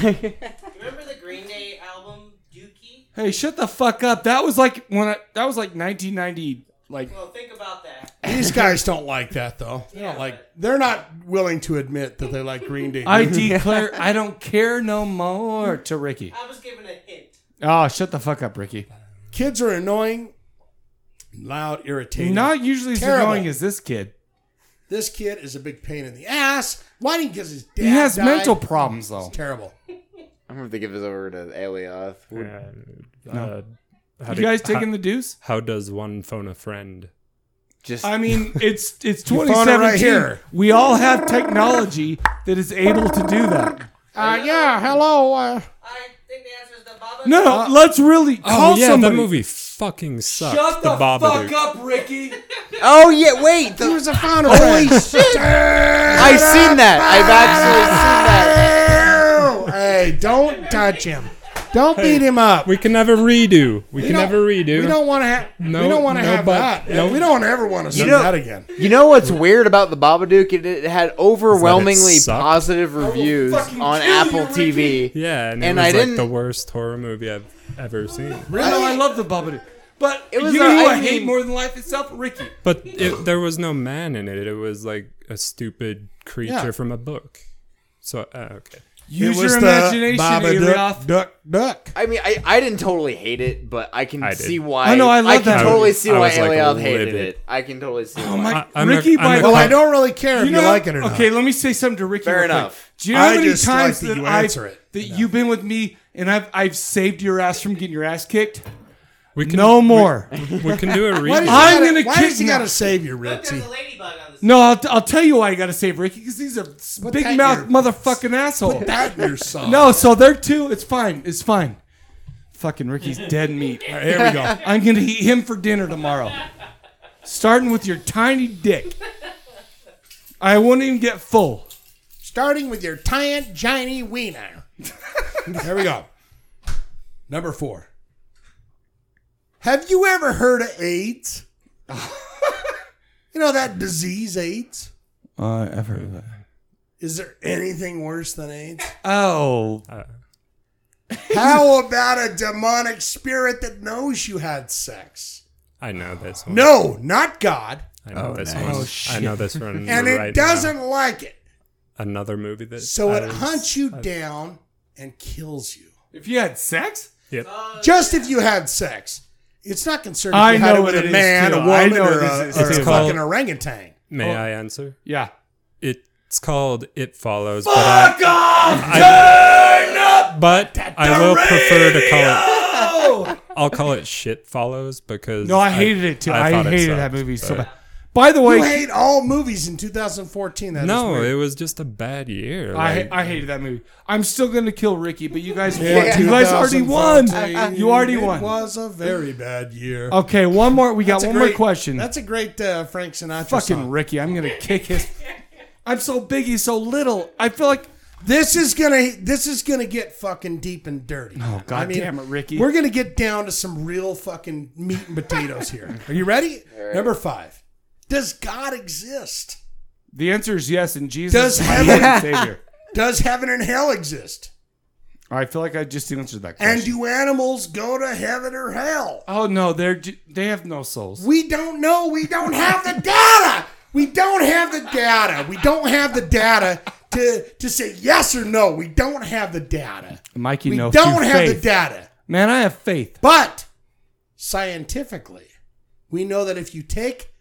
Remember the Green Day album Dookie?
hey, shut the fuck up. That was like when I, that was like 1990. Like
Well, Oh, think about that.
These guys don't like that though. They don't like. They're not willing to admit that they like Green Day.
I (laughs) declare I don't care no more to Ricky.
I was given a hint.
Oh, shut the fuck up, Ricky.
Kids are annoying, loud, irritating.
Not usually as
Terrible.
annoying as this kid.
this kid is a big pain in the ass. Whining because his dad
He has
died.
mental problems though.
Terrible.
I'm gonna have to give this over to Alioth.
And, uh, how
You
do-
guys
how-
taking the deuce?
How does one phone a friend?
Just
I mean, it's it's
You found it
2017.
right here.
We all have technology that is able to do that.
Uh, yeah. Hello. Uh,
I think the answer is the Baba.
No,
Doug.
let's really call
oh yeah,
somebody.
that movie fucking sucked.
Shut the,
Babadook.
fuck up, Ricky.
oh yeah, wait. The,
a founder. Holy shit!
I've seen that. I've actually seen that.
Ow! hey, don't touch him. Don't beat him up.
We can never redo. We, can
don't-
never redo.
We don't want to have.
No-
we don't want to
no
have
but-
that.
no-
we don't ever want to see
know-
that again.
You know what's weird about the Babadook? It, it had overwhelmingly
sucked?
positive reviews
fucking
on
kill you,
Apple
Ricky.
TV.
Yeah, and,
And
it was
I
like
didn't-
the worst horror movie I've ever seen.
Really, I love the Babadook. But
It was
you know who
a- I
I hate
mean-
more than life itself, Ricky.
But it, there was no man in it. It was like a stupid creature
Yeah.
from a book. So uh,
(laughs)
okay.
Use your imagination, Arioth.
duck, duck, duck.
I mean, I, I didn't totally hate it, but I can
I did.
see why.
Oh, no, I love
can
that.
I
totally
was-
see
I
why
was, like,
Alioth hated
livid.
it. I can totally see why.
my-
I, I'm
Ricky
a, I'm
by-
a
Well, I
cop.
don't really care if you
know-
like it or not.
Okay, let me say something to Ricky.
Fair
real quick.
enough.
Do you know how
I
many
just like
times
that
that,
you
I've,
answer it.
that you've been with me and I've I've saved your ass from getting your ass kicked?
We can,
No more.
We, we can do a
Why does
redo.
he
I'm
gotta-
gonna
Why
kick
does he
him.
got to save you,
Look,
Ritzy?
(laughs)
there's a ladybug on this.
No, I'll, I'll tell you why I got to save Ricky because he's a s- big
that
mouth
your-
motherfucking asshole.
That your son.
No, so they're two. It's fine. It's fine. Fucking Ricky's dead meat.
All right, here
(laughs)
we go.
I'm gonna eat him for dinner tomorrow. Starting with your tiny dick. I won't even get full.
Starting with your giant, giny wiener. there we go. Number four. Have you ever heard of AIDS? you know that disease, AIDS.
Uh, I've heard of that.
Is there anything worse than AIDS?
Oh,
How about a demonic spirit that knows you had sex?
I know this one.
No, not God,
I know this
Oh,
one. I
shit.
know this one.
and it
right now.
doesn't like it,
Another movie that.
so
I
it
was-
hunts you
I-
down and kills you.
if you had sex.
Yep.
Just if you had sex. It's not concerned if
I
you had
know
it with
what
a
it
man,
is,
a
too. I
woman,
know
or
this
a,
is-
or
it's
a
called-
(laughs)
fucking orangutan.
May
Oh.
I answer?
Yeah.
It's called It Follows. Fuck but I,
off!
I- But I will prefer to call it.
Oh!
I'll call it Shit Follows because.
No, I hated it too. I,
thought it
hated
sucked,
that movie so
but-
bad. By the way,
You hate all movies in 2014. That is
No,
weird.
it was just a bad year.
I,
like-
I hated that movie. I'm still gonna kill Ricky, but you guys,
Yeah.
won. you guys already won.
2014,
You already
It
won.
was a very bad year.
Okay, one more. We got
That's a
one more
great-
question.
That's a great uh, Frank Sinatra
fucking
song.
Ricky. I'm gonna kick his. I'm so big. He's so little. I feel like
This is gonna this is gonna get fucking deep and dirty. Oh
God damn it, Ricky.
We're gonna get down to some real fucking meat and potatoes here. Are you ready? Number five. Does God exist?
the answer is yes, and Jesus
Does
is my Lord and Savior.
Does heaven and hell exist?
I feel like I just answered that question.
And do animals go to heaven or hell?
oh no, they're ju- they have no souls.
We don't know. We don't have the data. We don't have the data. We don't have the data to to say yes or no. We don't have the data.
Mikey,
We
no,
don't
through
have the
faith.
data.
Man, I have faith.
But scientifically, we know that if you take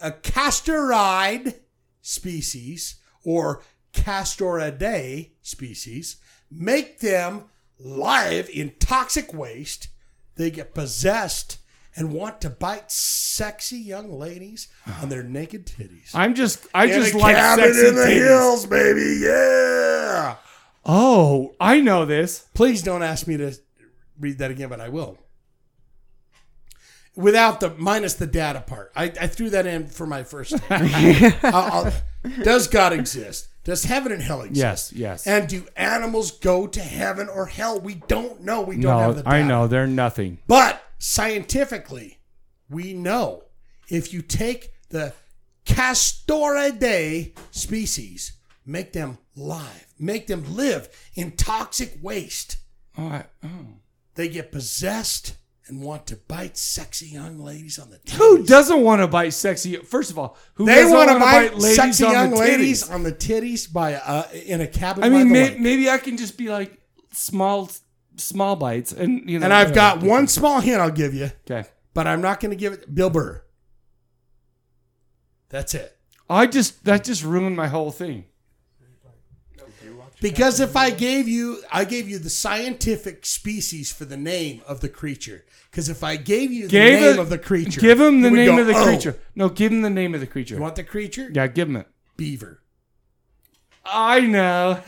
a castoride species or castoridae species, make them live in toxic waste, they get possessed and want to bite sexy young ladies on their naked titties.
I'm just I
In a
just like
cabin
sexy
in the
titties.
hills, baby. Yeah.
Oh, I know this.
Please don't ask me to read that again, but I will. Without the minus the data part, I, I threw that in for my first.
(laughs)
take. I'll- I'll- does God exist? Does heaven and hell exist?
Yes, yes.
And do animals go to heaven or hell? We don't know. We don't have
No,
the data.
I know they're nothing.
But scientifically, we know if you take the Castoridae species, make them live, make them live in toxic waste,
Oh, I, oh.
they get possessed and want to bite sexy young ladies on the titties.
Who doesn't want to bite sexy? First of all, who
They
doesn't
want to
wanna
bite,
ladies
sexy
on the
young ladies
titties?
on the titties by uh, in a cabin.
I
by
mean,
the
may,
lake.
maybe I can just be like small, small bites, and you know.
and I've got one small hint I'll give you,
Okay,
but I'm not going to give it. Bill Burr. That's it.
I just that just ruined my whole thing.
Because if I gave you, I gave you the scientific species for the name of the creature. Because if I gave you the
Gave
name
it-
of the creature,
Give him the
you would
name
go,
of the
"Oh,
creature. No, give him the name of the creature.
You want the creature?
yeah, give him it.
Beaver.
I
(laughs)
know.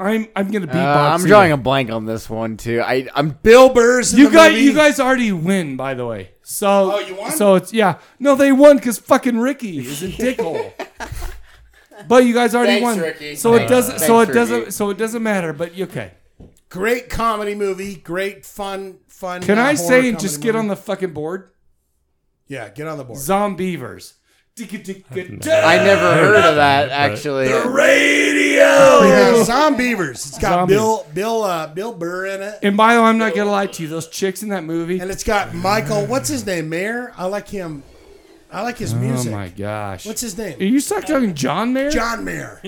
I'm I'm gonna beatbox.
Uh, I'm
Uh,
you.
drawing a blank on this one too. I I'm
Bill Burr's. in
You
the
guys,
movie.
you guys already win, by the way. So,
Oh, you won?
So it's yeah. No, they won because fucking Ricky is a
(laughs)
dickhole. but you guys already
Thanks,
won.
Ricky.
So
Uh,
Thanks.
it doesn't. so it
Thanks,
doesn't.
Ricky.
So it doesn't matter. But you- okay.
Great comedy movie. Great fun. Fun.
Can
uh,
I
horror
say and
comedy
just get
movie.
on the fucking board?
Yeah, get on the board.
Zombievers. Dicka-dicka-dicka.
I never heard of that
but-
actually.
Yeah,
Radio.
Zombievers. It's got
Zombies.
Bill Bill uh, Bill Burr in it,
And by the way, I'm not gonna lie to you. Those chicks in that movie.
and it's got Michael. What's his name? Mayor. I like him. I like his
Oh
music.
my gosh.
What's his
Are
name?
you stuck talking John Mayer? (laughs)
John Mayer.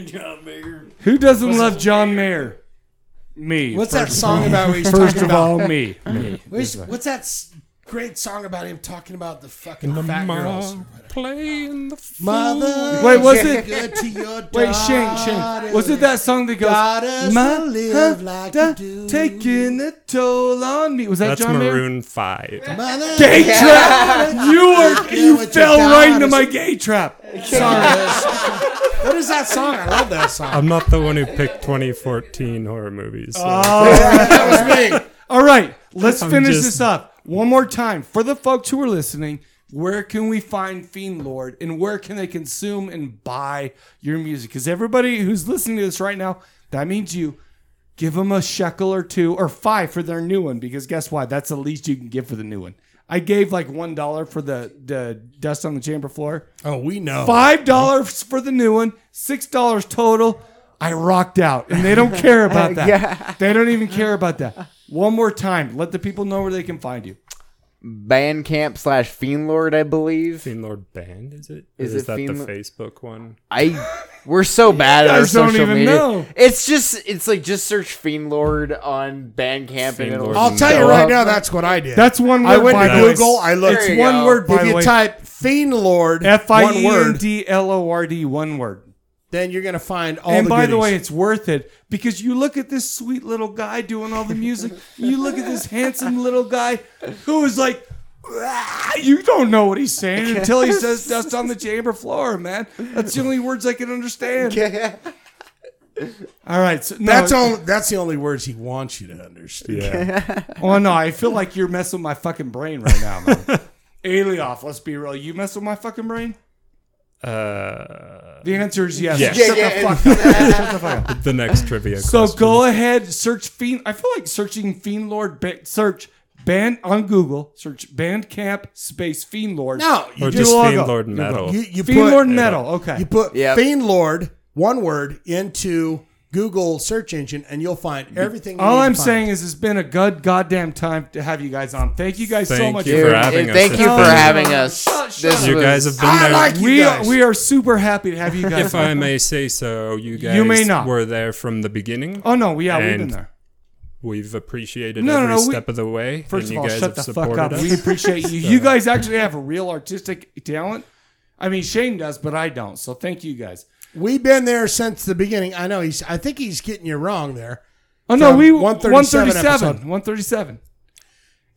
Who doesn't love John Mayer? Me.
What's
first
that song about where he's
Of, first of
talking about?
all, me. Me.
Where's, what's that s- great song about him talking about the fucking fat girls?
playing the fool.
Mother,
Wait, was
be
it-
good to your
(laughs) Wait, Shane, Shane,
daughter.
was it that song that goes?
Got us
"My
to live like you
hunter
do."
taking a toll on me. Was that
That's
John Mayer?
Maroon Five.
Mother,
Gay trap! You were
Yeah,
you
with your
fell right into
daughters.
my gay trap.
Sorry. (laughs) what is that song? I love that song.
I'm not the one who picked 2014 horror movies. so-
Oh.
that was me.
All right, let's
(laughs) I'm
finish
just-
this up one more time for the folks who are listening. Where can we find Fiend Lord, and where can they consume and buy your music? Because everybody who's listening to this right now, that means you. Give them a shekel or two or five for their new one because guess what? That's the least you can give for the new one. I gave like one dollar for the the dust on the chamber floor.
Oh, we know.
Five dollars for the new one, six dollars total. I rocked out, and they don't
(laughs)
care about that. They don't even care about that. One more time, let the people know where they can find you.
Bandcamp slash Fiendlord, I believe.
Fiend Lord Band, is it? Or
Is
Is,
it
that
Fiend
the
Lord-
Facebook
(laughs)
one?
I
(laughs)
we're so bad at our
guys don't
social
even
media.
know.
It's just it's like just search Fiendlord on Bandcamp and it'll.
Fiendlord.
I'll tell you right now, that's what I did.
That's one word.
I went
by
to
the way.
Google. I looked.
There
It's
you
one
go.
word. By
if
the
you
way,
type "fiend lord"
F I
one
E N
word,
D L O R D, one word.
then you're gonna find all.
and
the
by the
goodies.
way, it's worth it because you look at this sweet little guy doing all the music. you look at this handsome little guy who is like, "Ah," you don't know what he's
(laughs)
saying until he says dust on the chamber floor, man. That's the only words I can understand. All right. So, no,
that's all. That's the only words he wants you to understand.
Yeah.
Oh, no. I feel like you're messing with my fucking brain right now,
(laughs)
man. Alioff, let's be real. You mess with my fucking brain?
uh,
The answer is yes.
Yeah.
Shut the fuck up. Shut the fuck up.
the next trivia.
So
question.
go ahead, search Fiend. I feel like searching Fiend Lord, ba- search Band on Google, search Bandcamp Space Fiend Lord.
No, you
Or
do
just
logo.
Fiend Lord Metal.
You, you
Fiend
put,
Lord Metal. Okay.
You put
Yep.
Fiend Lord, one word, into Google search engine, and you'll find everything. you
All
need to
I'm
find.
saying is it's been a good goddamn time to have you guys on. Thank you guys so
Thank
much
you for having us.
Thank
It's
you for
been-
having us.
Shut- shut
This
up.
You
was-
guys have been
I
there.
like you
we are,
guys.
we are super happy to have you guys.
(laughs) if I may say so, you guys
You may not.
were there from the beginning.
oh no, yeah, we've
And
been there.
We've appreciated
No, no,
every
no, we-
step of the way.
First
and
of
you
all,
guys
shut the
have
fuck
supported
up.
us.
We appreciate
(laughs)
you. You guys actually have real artistic talent. I mean, Shane does, but I don't. So thank you guys.
We've been there since the beginning. I know he's. I think he's getting you wrong there,
Oh no,
From
we
137
137.
episode.
137.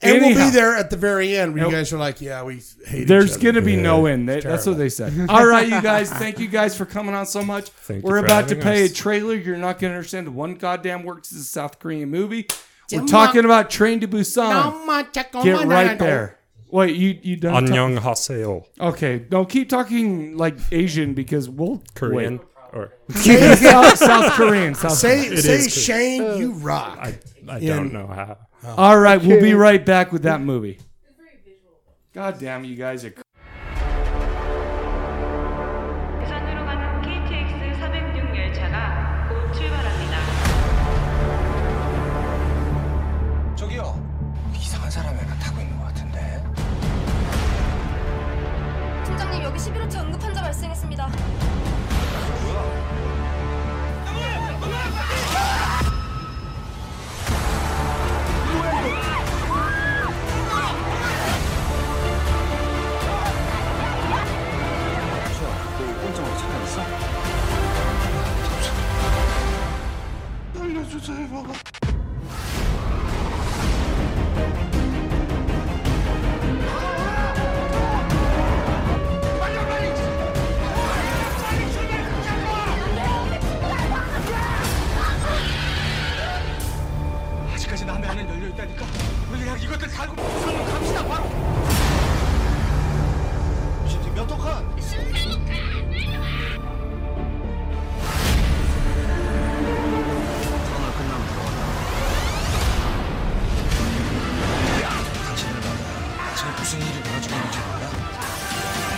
and we'll
Anyhow.
be there at the very end. Where you
Nope.
guys are like, "Yeah, we hate."
There's
each
going to be no end. They-
terrible.
that's what they
(laughs)
said. All right, you guys. Thank you guys for coming on so much.
Thank you
We're
for
about to
having
play
us.
a trailer. You're not going to understand one goddamn word. 'cause This is a South Korean movie. We're
Jumma-
talking about Train to Busan.
other.
Get right there. Wait, you you (laughs) done? talk-
Annyeong Haseo,
okay, don't keep talking like Asian because we'll
Korean.
wait.
Or
(laughs) South, South Korean. South Korean.
Say, say
is cool.
Shane, you
Uh,
rock.
I, I don't know how.
All right, we'll be right back with that movie. God damn, you guys are.
부산으로 가는 KTX 406 열차가 곧 출발합니다.
저기요 이상한 사람이 하나 타고 있는 것 같은데
팀장님 여기 11호차 응급 환자 발생했습니다.
너 이거 꼼짝으로 잠깐 있어 아직까지 남의 안은 열려있다니까 우리 그냥 이것들 달고 부산으로 갑시다 바로 지금 몇 호칸? 오늘 끝나면 들어간다. 당신을 만나. 지금 무슨 일이 벌어지고 있는지 몰라?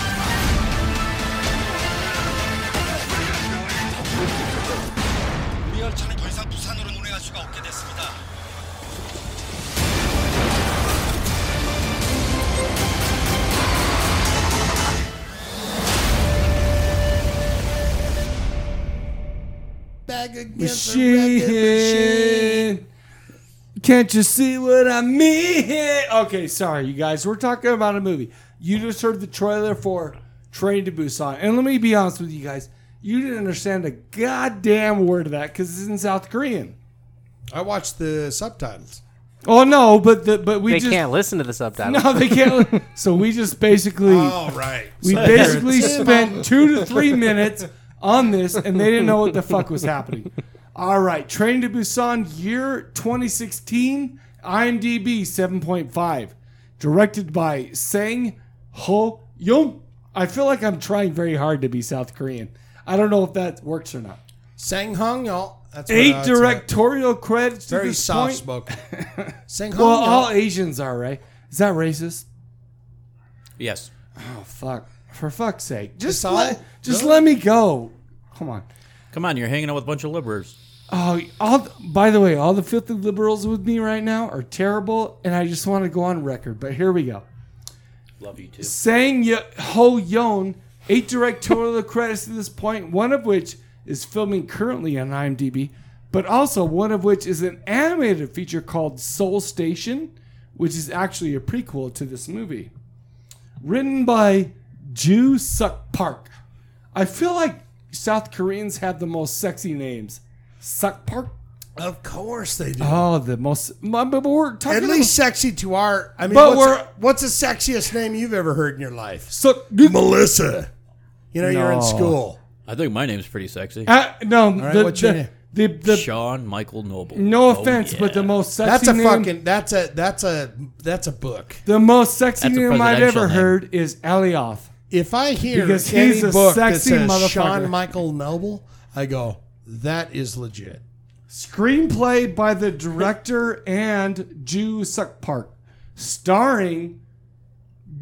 우리 열차는 더 이상 부산으로 운행할 수가 없게 됐습니다.
Bag against the record machine.
machine. Can't you see what I mean? Okay, sorry, you guys. We're talking about a movie. You just heard the trailer for Train to Busan. And let me be honest with you guys. You didn't understand a goddamn word of that because it's in South Korean.
I watched the subtitles.
Oh no, but the but we
They
just
can't listen to the
(laughs)
subtitles.
no they can't. so we just basically
All right.
we basically spent two to three minutes on this, and they didn't know what the fuck was happening. All right, Train to Busan, year 2016, IMDb 7.5, directed by Sang Ho Young. I feel like I'm trying very hard to be South Korean. I don't know if that works or not.
Sang Hong, y'all. That's what I
Eight
would say.
directorial credits. to
uh, Very
this
soft
point. (laughs)
spoken. Sang Hong,
Well,
y'all.
all Asians are, right? Is that racist?
Yes.
Oh fuck! For fuck's sake, just
all?
let, just
Really?
let me go. Come on.
Come on, you're hanging out with a bunch of liberals.
Oh, all th- by the way, all the filthy liberals with me right now are terrible, and I just want to go on record. But here we go.
Love you too.
Sang Yo- Ho Yoon, eight directorial (laughs) credits to this point, one of which is filming currently on IMDb, but also one of which is an animated feature called Soul Station, which is actually a prequel to this movie. Written by Ju Suk Park. I feel like South Koreans have the most sexy names. Suk Park?
Of course they do.
Oh, the most. But but we're talking
At least sexy to our. I mean,
But
what's,
we're-
what's the sexiest name you've ever heard in your life?
Suk.
Melissa. You know, you're in
No.
school.
I think my name's pretty sexy.
Uh, no, the,
what's your
the-
name? Oh,
the, the,
Sean Michael Noble. Oh,
No offense, but the most sexy
That's a
name,
fucking. That's a. That's a. That's a book.
the most sexy
That's a
name I've
presidential
ever
name.
heard is Alioth.
If I hear
Because
any
he's a
book that
sexy
says
motherfucker.
Sean Michael Noble, I go, that is legit.
Screenplay by the director and Ju Suk Park. starring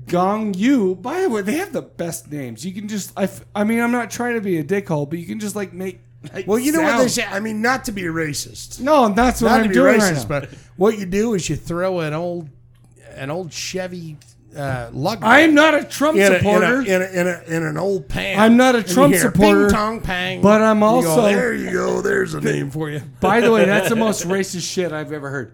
Gong Yu. By the way, they have the best names. You can just, I, f- I mean, I'm not trying to be a dickhole, but you can just like make. like,
Well, you know what they
sounds.
say. I mean, not to be racist.
No, and that's what
not
I'm
to be
doing
racist,
right now.
but what you do is you throw an old, an old Chevy uh, lug.
I'm not a Trump
in a- in a-
supporter.
in, a, in, a, in an old pan.
I'm not a
And you
Trump
hear
supporter,
Ping tong pang.
but I'm
You go,
also-
there. You go. There's a name for (laughs) you.
By the way, that's the most racist shit I've ever heard.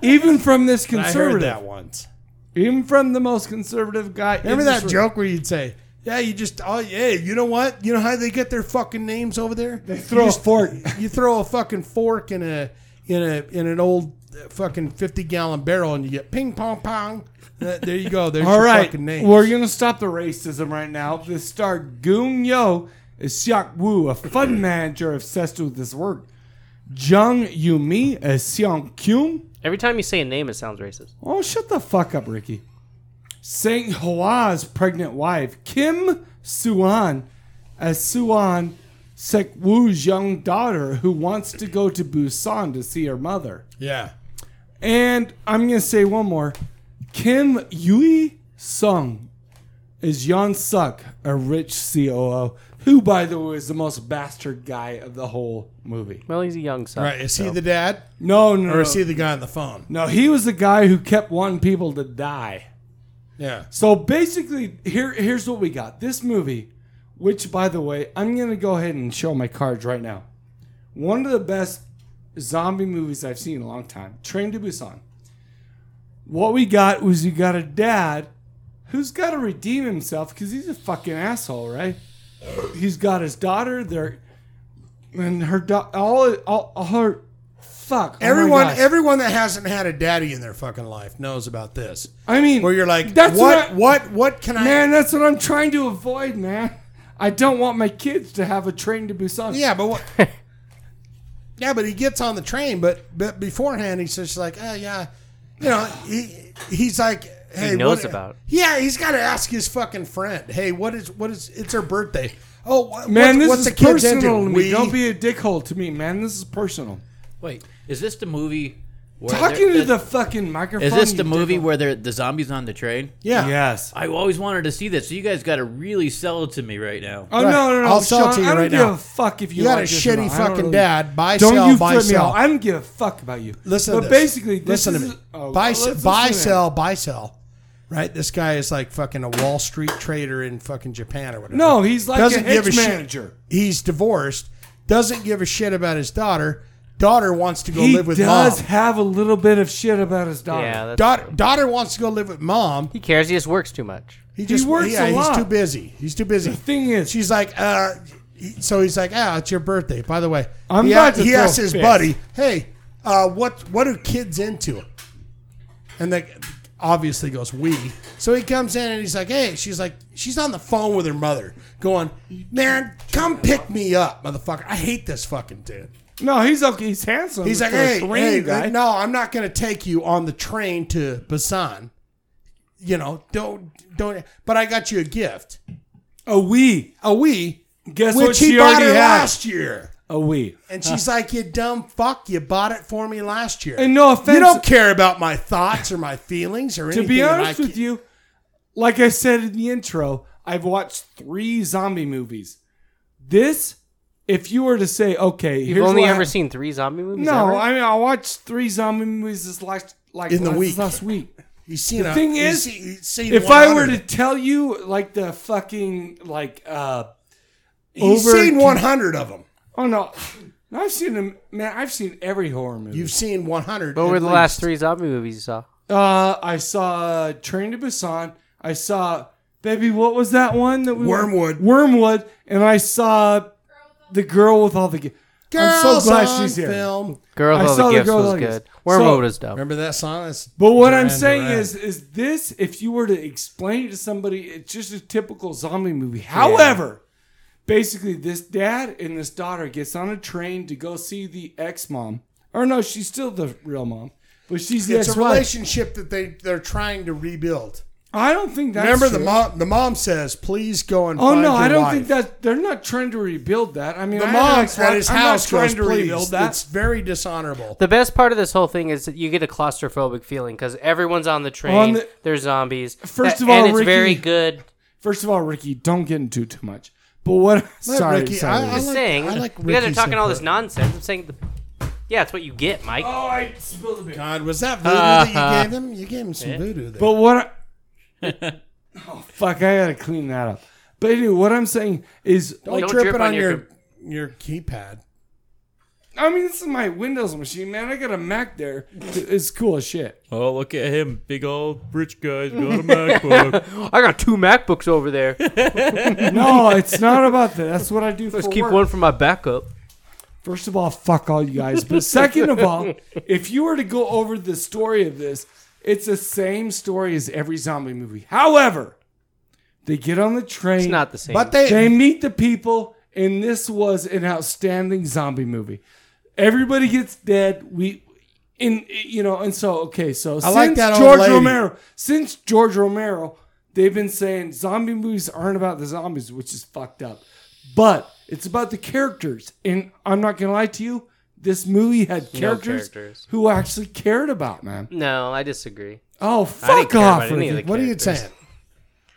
Even from this
I heard
conservative.
that once.
Even from the most conservative guy. in
Remember
this
that
room.
joke where you'd say, "Yeah, you just oh yeah, you know what? You know how they get their fucking names over there? They
throw a
(laughs)
fork.
You throw a fucking fork in a in a in an old uh, fucking fifty gallon barrel, and you get ping pong pong. Uh, there you go.
(laughs)
There's
All
your
right,
fucking name.
we're gonna stop the racism right now. The star Goon Yo is Xiak Wu, a fund manager obsessed with this word. Jung Yumi is Xiang Kyung.
Every time you say a name, it sounds racist.
Oh, shut the fuck up, Ricky. Sang Hwa's pregnant wife Kim Suan as Suan Sekwu's young daughter who wants to go to Busan to see her mother.
yeah.
And I'm gonna say one more. Kim Yui Sung is Yon Suk, a rich COO, who, by the way, is the most bastard guy of the whole movie.
Well, he's a young son.
Right. Is he
so-
the dad,
No, no,
or
no.
is he the guy on the phone?
no. He was the guy who kept wanting people to die.
Yeah.
So basically, here here's what we got. This movie, which by the way, I'm gonna go ahead and show my cards right now. One of the best zombie movies I've seen in a long time. Train to Busan. What we got was you got a dad who's got to redeem himself because he's a fucking asshole, right? He's got his daughter there, and her do- all, all all her fuck. oh my
Everyone,
gosh.
everyone that hasn't had a daddy in their fucking life knows about this.
I mean,
Where you're like,
that's
what,
what I-
what, what can I?
Man, that's what I'm trying to avoid, man. I don't want my kids to have a train to Busan.
Yeah, but
(laughs)
what? yeah, but he gets on the train, but but beforehand he's just like, oh yeah, you know, he he's like, hey,
knows
what-
about.
Yeah, he's got to ask his fucking friend. Hey, what is what is? It's her birthday. Oh, wha-
Man,
what's-
this
what's
is
the kid's
personal
into?
to me.
We-
Don't be a dickhole to me, man. This is personal.
Wait, is this the movie? Where
Talking
they're-
to the fucking microphone.
Is this
you
the movie
dickhole.
where they're, the zombies on the train?
yeah.
Yes.
I always wanted to see this, so you guys got to really sell it to me right now.
Oh
Right.
no, no, no!
I'll sell
Sean,
it to you
I don't
right
give
now.
a fuck if you,
You got
like
a
this
shitty
or not. I don't
fucking
really-
dad. Buy,
Don't
sell,
you
buy,
flip me
sell.
off. I don't give a fuck about you.
Listen,
but
to this.
basically, this
listen
is-
to me.
oh,
buy,
let's
se-
listen
buy,
to him.
sell, buy, sell. Right, this guy is like fucking a Wall Street trader in fucking Japan or whatever.
No, he's like
Doesn't
a hedge
give a shit.
manager.
he's divorced, doesn't give a shit about his daughter. Daughter wants to go
He
live with
does
mom.
have a little bit of shit about his daughter.
Yeah, that's
Daughter,
true.
daughter wants to go live with mom.
He cares. He just works too much.
He just
works
yeah,
a lot.
He's too busy. He's too busy.
The thing is-
she's like, uh, he- so he's like, ah, it's your birthday. By the way,
I'm
he,
about to
he
throw
asks his
a fist.
buddy, hey, uh, what what are kids into? And that obviously goes we. So he comes in and he's like, hey, she's like, she's on the phone with her mother, going, man, come pick me up, motherfucker. I hate this fucking dude.
No, he's okay. He's handsome.
He's like,
for a
hey,
train
hey,
guy.
no, I'm not going to take you on the train to Busan. You know, don't, don't. But I got you a gift,
a wee.
a Wii,
Guess what
which
she
he bought
already
her
had?
last year.
A wee.
And she's like, you dumb fuck, you bought it for me last year.
And no offense.
you don't care about my thoughts or my feelings or
to
anything.
be
that I
honest with
ca-
you, like I said in the intro, I've watched three zombie movies. This, if you were to say, okay,
You've
here's
only
what
ever
I-
seen three zombie movies.
No,
ever?
I mean I watched three zombie movies this last like
In the
last,
week. Uh,
last week.
He's seen
the
a-
thing
he's
is,
seen- he's seen
If I were to
100.
tell you like the fucking like uh
he's
over-
seen 100 of them.
oh no. No, I've seen them man, I've seen every horror movie.
You've seen 100.
What
at
were the last
least.
three zombie movies you saw?
Uh, I saw Train to Busan. I saw, baby, what was that one that we
Wormwood.
Wormwood, and I saw the girl with all the. Gi- I'm so
Girls
glad
on
she's here.
Film.
Girl
I
with all
saw
the
the
gifts
Girl with
was
All the Gifts.
good. Wormwood
So-
is dope.
Remember that song? That's
But what I'm
Duran
saying
Duran.
is, is this if you were to explain it to somebody, it's just a typical zombie movie. However, basically, this dad and this daughter gets on a train to go see the ex mom, or no, she's still the real mom, but she's the
it's
ex
a
wife.
relationship that they they're trying to rebuild.
I don't think that's
Remember the
true.
mom. The mom says, "Please go and."
Oh
find
no,
your
I don't
wife."
think that they're not trying to rebuild that. I mean,
the
I
mom
have an
at
ex-wife.
his
I'm not
house
trying
goes,
to
"Please."
rebuild that.
It's very dishonorable.
The best part of this whole thing is that you get a claustrophobic feeling because everyone's on the train.
On the-
they're zombies.
First
That-
of all,
and it's
Ricky,
very good.
First of all, Ricky, don't get into it too much. But what? sorry,
Ricky-
sorry.
I
I'm just
like-
saying,
I like
you guys are
Ricky's
talking all this
input.
nonsense. I'm saying, the, yeah, it's what you get, Mike.
Oh, I spilled a bit.
God, was that voodoo
Uh-huh.
that you gave him? You gave him some voodoo there.
But what? I- oh fuck! I gotta clean that up. But anyway, what I'm saying is,
don't,
like,
trip, it on your your keypad.
I mean, this is my Windows machine, man. I got a Mac there. It's cool as shit.
Oh, look at him. Big old rich guy's got
(laughs)
a MacBook.
I got two MacBooks over there.
No, it's not about that. That's what I do
Let's
for
keep
work.
one for my backup.
First of all, fuck all you guys. But second of
(laughs)
all, if you were to go over the story of this, it's the same story as every zombie movie. However, they get on the train.
It's not the same.
But they,
They meet the people, and this was an outstanding zombie movie. Everybody gets dead. We, in you know, and so okay, so
I like
since
that old
George
lady.
Romero, since George Romero, they've been saying zombie movies aren't about the zombies, which is fucked up, but it's about the characters. And I'm not gonna lie to you, this movie had characters,
characters.
who actually cared about man.
No, I disagree.
Oh
I didn't
fuck
care
off!
about any of
Ricky.
the
what are you
characters.
saying?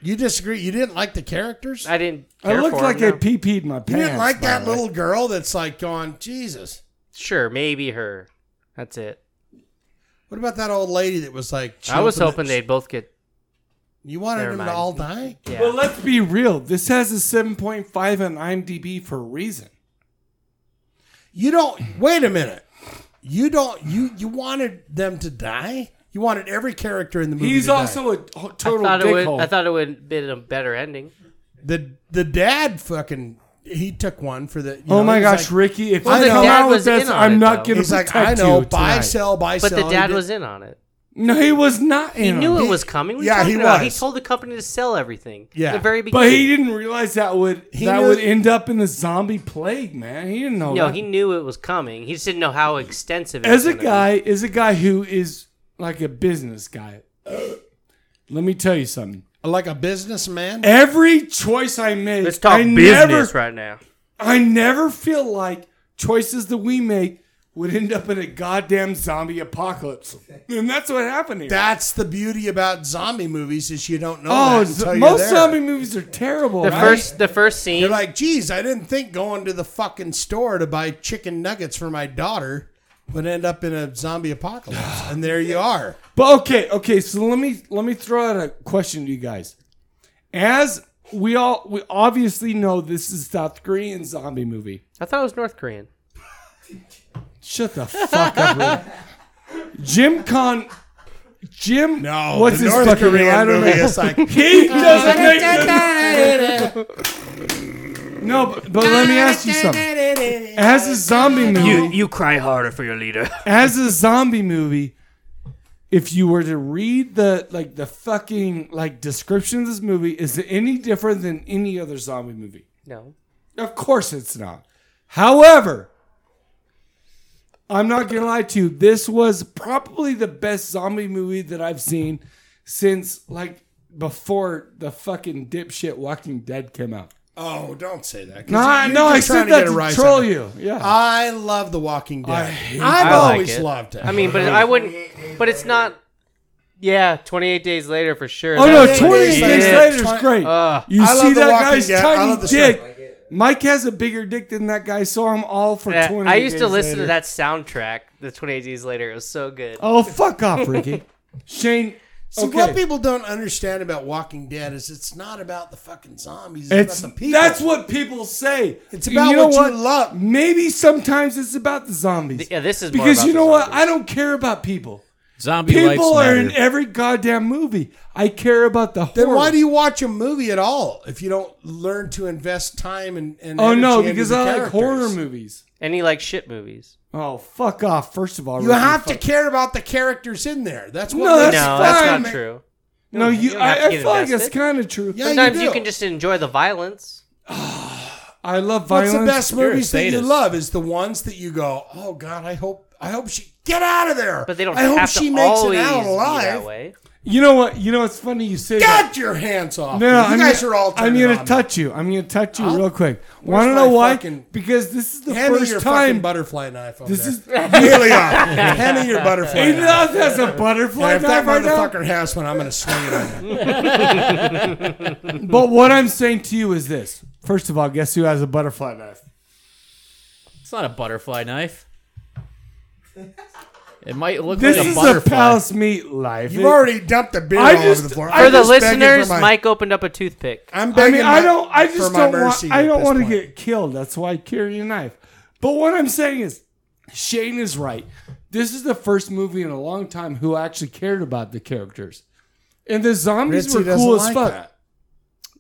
You disagree? You didn't like the characters?
I didn't.
I
care
looked
for
like
him,
I
no.
pee peed my pants.
you didn't like
by
that
the way.
little girl that's like going, Jesus.
Sure, maybe her. That's it.
What about that old lady that was like?
I was
chomping
hoping
at-
they'd both get.
You wanted
Never
them
mind.
to all die?
Yeah.
Well, let's be real. This has a 7.5 on IMDb for a reason.
You don't. Wait a minute. You don't. You you wanted them to die. You wanted every character in the movie.
He's
to die.
also a ho- total
I thought it would.
dickhole.
I thought it would have been a better ending.
the the dad. Fucking. He took one for the. you
oh
know,
my
he's
gosh,
like-
Ricky! If
Well,
I
the
come
dad
out with
was in
this,
on
I'm
it,
not
though.
going to
He's
protect
like, I know.
you
Buy,
tonight."
sell, buy,
But
sell.
the
He
dad
did-
was in on it.
No, he was not.
He
in on
knew
it.
it was coming. What are you
yeah,
talking
he
about?
was.
He told the company to sell everything.
Yeah.
The very beginning.
but he didn't realize that would
He
that
knew-
would end up in the zombie plague, man. He didn't know.
No,
that.
he knew it was coming. He just didn't know how extensive. it
as
was
a
gonna be.
guy is a guy who is like a business guy. Let me tell you something.
Like a businessman.
Every choice I make,
let's talk
I
business
never
right now.
I never feel like choices that we make would end up in a goddamn zombie apocalypse. And that's what happened here.
That's the beauty about zombie movies is you don't know.
oh,
that until
z-
you're
most
there.
zombie movies are terrible.
The
right?
first, the first scene.
You're like, geez, I didn't think going to the fucking store to buy chicken nuggets for my daughter would end up in a zombie apocalypse. and there you are.
But okay, okay, so let me let me throw out a question to you guys. As we all we obviously know this is South Korean zombie movie.
I thought it was North Korean.
Shut the fuck up.
(laughs)
Rick. Jim Con Jim
No,
what's
Oh, the
his
North
fucking name?
Korean
I don't know.
movie is
(laughs)
like-
he doesn't make the- No, but, but let me ask you something. As a zombie movie,
you cry harder for your leader.
as a zombie movie, if you were to read the like the fucking like description of this movie, is it any different than any other zombie movie?
(laughs) No.
Of course it's not. However, I'm not gonna lie to you, this was probably the best zombie movie that I've seen since like before the fucking dipshit Walking Dead came out.
Oh, don't say that. 'cause
No, I-
you're
no, I
just trying
said that
get a
to
rise
troll
out of it. Uh,
you. Yeah.
I love The Walking Dead. I have
I like
always
it.
loved it.
I mean, but I wouldn't. But it's not. Yeah, 28 days later for sure.
Oh no,
That was-
28
days
days
later.
later is great.
Ugh.
you
uh, I love
see
The
that
Walking
guy's
Dead. I love
tiny
the
dick. Mike has a bigger dick than that guy, so I'm all for
Yeah,
20
I used to
days
listen
later.
to that soundtrack, the 28 days later. It was so good.
Oh, fuck off, Ricky. (laughs) Shane,
See,
okay.
what people don't understand about Walking Dead is it's not about the fucking zombies. It's,
It's
about the people.
that's what people say.
It's about
know
what you love.
Maybe sometimes it's about the zombies.
Th- yeah, this is more
because
about
you
the
know what?
zombies.
I don't care about people.
Zombie
People
lives
are
matter.
in every goddamn movie. I care about the.
Then
horror.
why do you watch a movie at all if you don't learn to invest time and, and
Oh no,
energy into
because
the
I like horror
characters?
movies.
Any like shit movies?
Oh fuck off! First of all,
You
Ricky,
have to
fuck-
care about the characters in there. That's what
No,
makes
No,
Oh, That's
it
that's
fine,
not
man.
true.
No,
You
you.
don't
I,
have to
I
get
feel like it's
invested.
kind of true.
Yeah,
Sometimes
you,
you,
do.
can just enjoy the violence.
I love
What's
violence.
the best
You're a
movies that you
sadist.
love is the ones that you go, oh god, I hope, I hope she Get out of there.
But they don't
I hope
have to
she makes it
always
out
be
alive.
that way.
You know what? You know it's funny you say that.
Get your hands off. me. you guys
gonna-
are all.
I'm
turned
gonna
on.
touch you. I'm gonna touch you real quick.
Where's
Want to know
my
why?
fucking-
because this is the
Hand me
first
your
time.
fucking butterfly knife. Over
This
is
is-
(laughs) really on. Hand
(laughs)
me your butterfly.
He
knife.
does has a butterfly
And if
knife
that
right now?
motherfucker has one, I'm gonna swing it
(laughs)
on you.
but what I'm saying to you is this: first of all, guess who has a butterfly knife?
It's not a butterfly
(laughs)
knife. It might look
This
like a
is a
butterfly.
palace meat life.
You already dumped the beer
I
all
just-
over the floor.
For
For
I'm
the
just begging for
listeners,
my-
Mike opened up a toothpick.
I'm
I
begging.
mean, I
my-
don't. I
for
just
my
don't want.
mercy
I
at
don't
this
want to
point.
get killed. That's why I carry a knife. But what I'm saying is, Shane is right. This is the first movie in a long time who actually cared about the characters, and the zombies
Ritzy
were
doesn't
cool as
like
fuck.
that.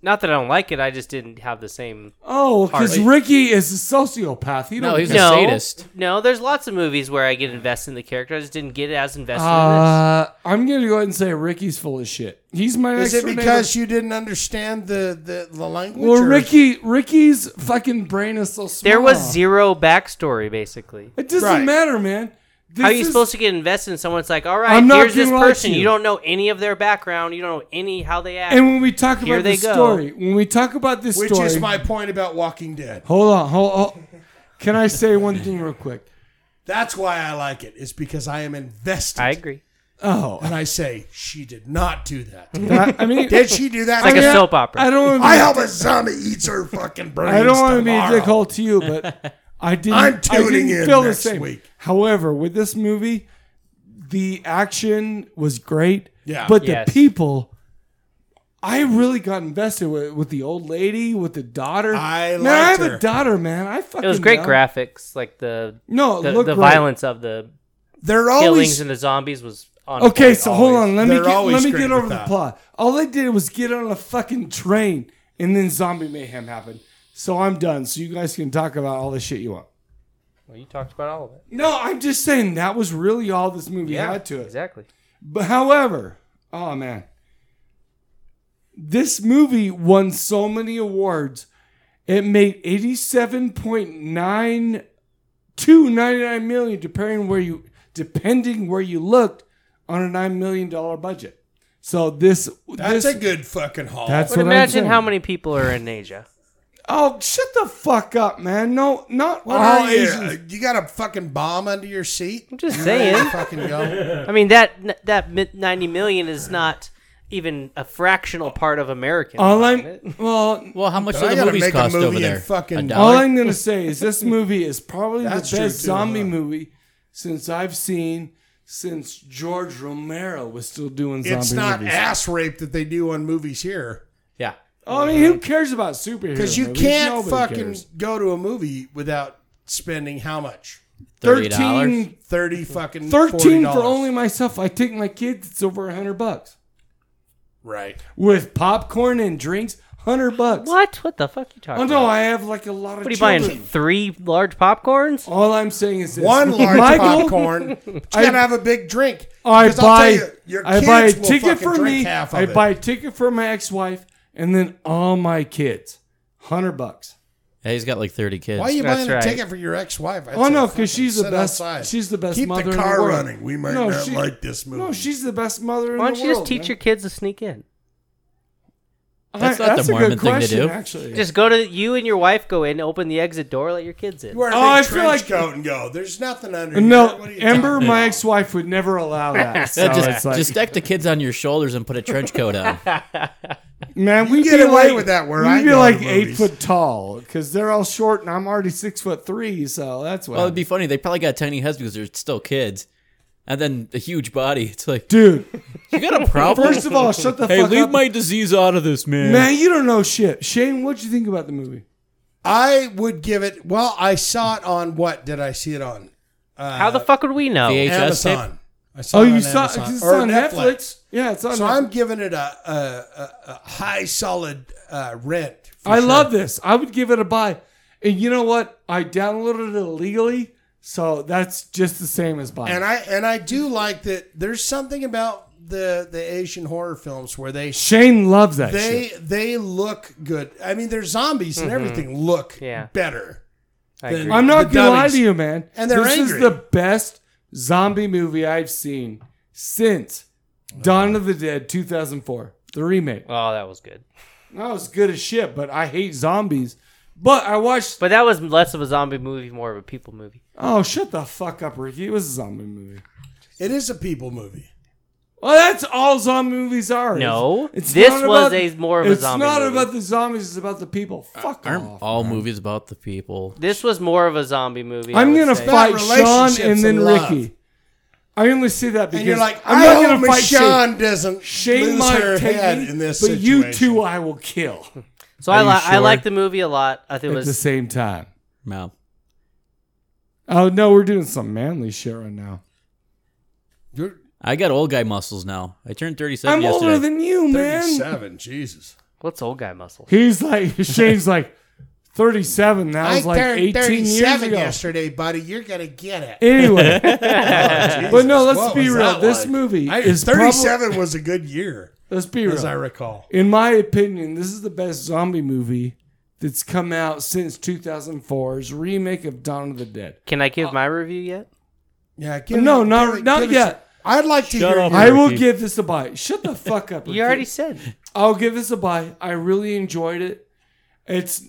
Not that I don't like it, I just didn't have the same.
Oh, because
Hardly.
Ricky is a sociopath. He
No,
don't
he's a
care.
no,
sadist.
no. There's lots of movies where I get invested in the character. I just didn't get as invested in
Uh, I'm gonna go ahead and say Ricky's full of shit. He's my
Is
next
it
door
because you didn't understand the the, the language?
neighbor. well,
or-
Ricky, Ricky's fucking brain is so
this.
small.
There was zero backstory, basically.
It doesn't
Right.
matter, man. This
How are you
is-
supposed to get invested in someone? It's like, all right,
I'm not
here's this
gonna lie to
person. You.
you.
don't know any of their background. You don't know any how they act.
And when we talk
Here
about
they
this
go.
story, when we talk about this
Which
story,
is my point about Walking Dead.
hold on, hold, hold. Can I say one thing real quick?
That's why I like it. It's because I am invested.
I agree.
Oh,
And I say she did not do that.
I, I mean,
(laughs) Did she do that?
It's like
to
a
me?
soap opera.
I don't.
I
Wanna
hope a zombie eats her fucking
be,
brains.
I don't want to be a
tomorrow.
dickhole to you,
(laughs)
but I didn't.
I'm
I
tuning
didn't
in
feel
next
the same.
week.
However, with this movie, the action was great.
Yeah.
But
Yes.
the people, I really got invested with, with the old lady, with the daughter.
I
man, I have
liked her.
a daughter, man. I fucking.
It was great
know.
graphics, like the
No,
the,
look
the
great.
violence of the
They're
killings
always
and the zombies was on.
Okay,
point
so
always.
hold on. Let me
They're
get, let
always
me
great
get
with
over the
that.
plot. All they did was get on a fucking train, and then zombie mayhem happened. So I'm done. So you guys can talk about all the shit you want.
Well, you talked about all of it.
No, I'm just saying that was really all this movie had to it.
exactly.
But however, oh man, this movie won so many awards. It made eighty-seven point nine to ninety-nine million, depending where you depending where you looked on a nine million dollar budget. So this
That's
this,
a good fucking haul.
That's
But
what I'm
imagine how
saying.
many people are in Asia.
Oh, shut the fuck up, man! No, not
what
all
are you?
Asians.
Oh, You got a fucking bomb under your seat?
I'm just
There
saying.
you fucking go.
I mean that that mi- ninety million is not even a fractional part of American.
All
isn't
I'm
it?
well,
Well, how much
I
do the
gotta
movies
make a
cost
movie
over
and
there?
fucking-
a
All
dollar?
I'm gonna say is this movie is probably the best
That's true, too,
zombie
huh?
movie since I've seen since George Romero was still doing zombie
It's not
movies.
ass rape that they do on movies here.
yeah.
oh, I mean, who cares about superheroes?
Because you
movies?
can't
Nobody
fucking
cares.
go to a movie without spending how much?
$30. $13
13,
Thirty fucking
13
$40.
for only myself. I take my kids. It's over a hundred bucks
right.
with popcorn and drinks. Hundred bucks.
What? What the fuck you talking?
Oh no,
about?
I have like a lot of.
what are you
children.
buying? Three large popcorns?
All I'm saying is this.
One large
Michael,
popcorn. But you
(laughs) I-
gotta have a big drink.
I
Because I'll tell
buy,
you, your
I
kids
buy a
will
ticket
fucking
for
drink
me.
half of
I
it.
buy a ticket for my ex-wife, and then all my kids, hundred bucks.
Yeah, he's got like 30 kids.
Why are you
That's
buying
right.
a ticket for your ex-wife? I'd
Oh
say
no,
fucking
because she's the
sit
best.
outside.
She's the best
Keep
mother
the
in
car
the world.
running. We might
No,
not
she-
like this movie.
No, she's the best mother in
Why
the
don't
world.
you just teach your kids to sneak in?
your?
That's not the Mormon thing to do.
Actually,
Just go to you and your wife go in, open the exit door, let your kids in.
You wear a
Oh,
big
I feel
trench
like-
coat and go. There's nothing under. here.
no,
What are you
Ember,
talking
my
about?
ex-wife would never allow that.
(laughs)
So
Yeah, just,
it's like,
just stack the kids on your shoulders and put a trench coat on.
man, we
get
be
away
like,
with that where
we'd
I
be
go to
like eight
movies.
foot tall because they're all short, and I'm already six foot three. So that's what.
well, it'd be funny. They probably got tiny heads because they're still kids. And then a huge body. (laughs) It's like,
dude.
you got a problem?
First of all, shut the
hey,
fuck
leave
up.
my disease out of this, man.
Man, you don't know shit. Shane, what'd you think about the movie?
I would give it. Well, I saw it on what did I see it on?
How
Uh,
the fuck would we know?
VHS tape?
Amazon. I saw
oh,
it
you
on
saw
Amazon.
it's
Or
on Netflix. Yeah, it's on.
So
Netflix.
I'm giving it a a, a, a high solid uh, rent. for
I
sure.
love this. I would give it a buy. And you know what? I downloaded it illegally, so that's just the same as buying.
and I and I do like that. There's something about the the Asian horror films where they
Shane loves that
they
shit.
they look good. I mean, their zombies and everything look
Yeah.
better.
I
than
agree.
I'm not
the
gonna lie
dummies.
to you, man.
And they're
this is
angry.
the best zombie movie I've seen since Dawn of the Dead 2004, the remake.
Oh, that was good.
That was good as shit, but I hate zombies. But I watched.
But that was less of a zombie movie, more of a people movie.
Oh, shut the fuck up, Ricky. It was a zombie movie.
It is a people movie.
Well, Oh, that's all zombie movies are.
No, this
not
was a- more of a zombie
It's not
movie.
about the zombies. It's about the people.
Uh,
Fuck
Aren't
off.
all movies about the people?
This was more of a zombie movie. I
I'm
would
gonna
say.
fight Sean
relationships
and then
and love.
Ricky. I only say that because
And you're like,
I'm
I
not
hope
gonna fight Shane.
Michonne doesn't
Shane
lose
might
her
take
head
me,
in this
but you
situation.
two I will
(laughs)
kill
So I
Are you
like I
sure?
like the movie a lot. I think
at
it
the
was
same time.
No.
Oh no, we're doing some manly shit right now.
I got old guy muscles now. I turned 37
I'm
yesterday.
older than you, man.
Thirty-seven, Jesus.
what's old guy muscles?
He's
(laughs)
like Shane's like 37. That was like 18 years ago.
yesterday, buddy. You're gonna get it.
Anyway,
(laughs)
Oh,
but no, let's
What
be
was
real.
that
This
like?
movie
I,
is probably-
37 was a good year,
let's be real.
as I recall.
In my opinion, this is the best zombie movie that's come out since 2004's remake of Dawn of the Dead.
Can I give my review yet?
Yeah, give
No,
it-
not
give it-
not
give it-
yet.
I'd like to
Shut
hear.
up.
your-
I will
Ricky.
give this a buy. Shut the fuck up.
(laughs) You
Ricky.
already said.
I'll give this a buy. I really enjoyed it. It's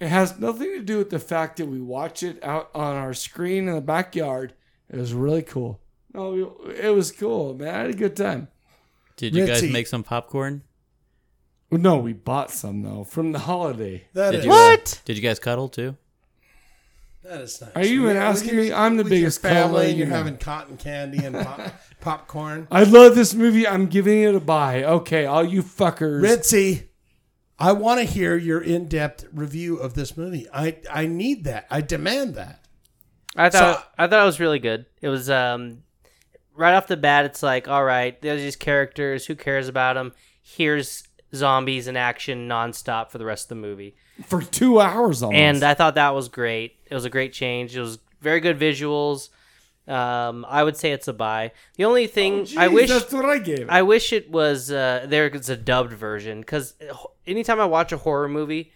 it has nothing to do with the fact that we watch it out on our screen in the backyard. It was really cool. No, we- it was cool, man. I had a good time.
Did you guys
Ritzy.
make some popcorn?
No, we bought some though from the holiday.
That
Did
is,
you, uh,
What?
did you guys cuddle too?
that is nice.
Are you even
With
asking
your-
me? I'm the
with your
biggest cuddler
family. And
you
you're
know.
having cotton candy and pop,
(laughs)
popcorn.
I love this movie. I'm giving it a buy. Okay, all you fuckers.
Ritzy, I want to hear your in-depth review of this movie. I I need that. I demand that.
I thought I thought it was really good. It was um right off the bat. It's like all right, there's these characters. Who cares about them? Here's zombies in action nonstop for the rest of the movie.
for two hours almost.
and uh, I thought that was great. It was a great change. It was very good visuals. Um, I would say it's a buy. The only thing I wish
Oh, that's what I gave.
I wish it was uh, there is a dubbed version because anytime I watch a horror movie,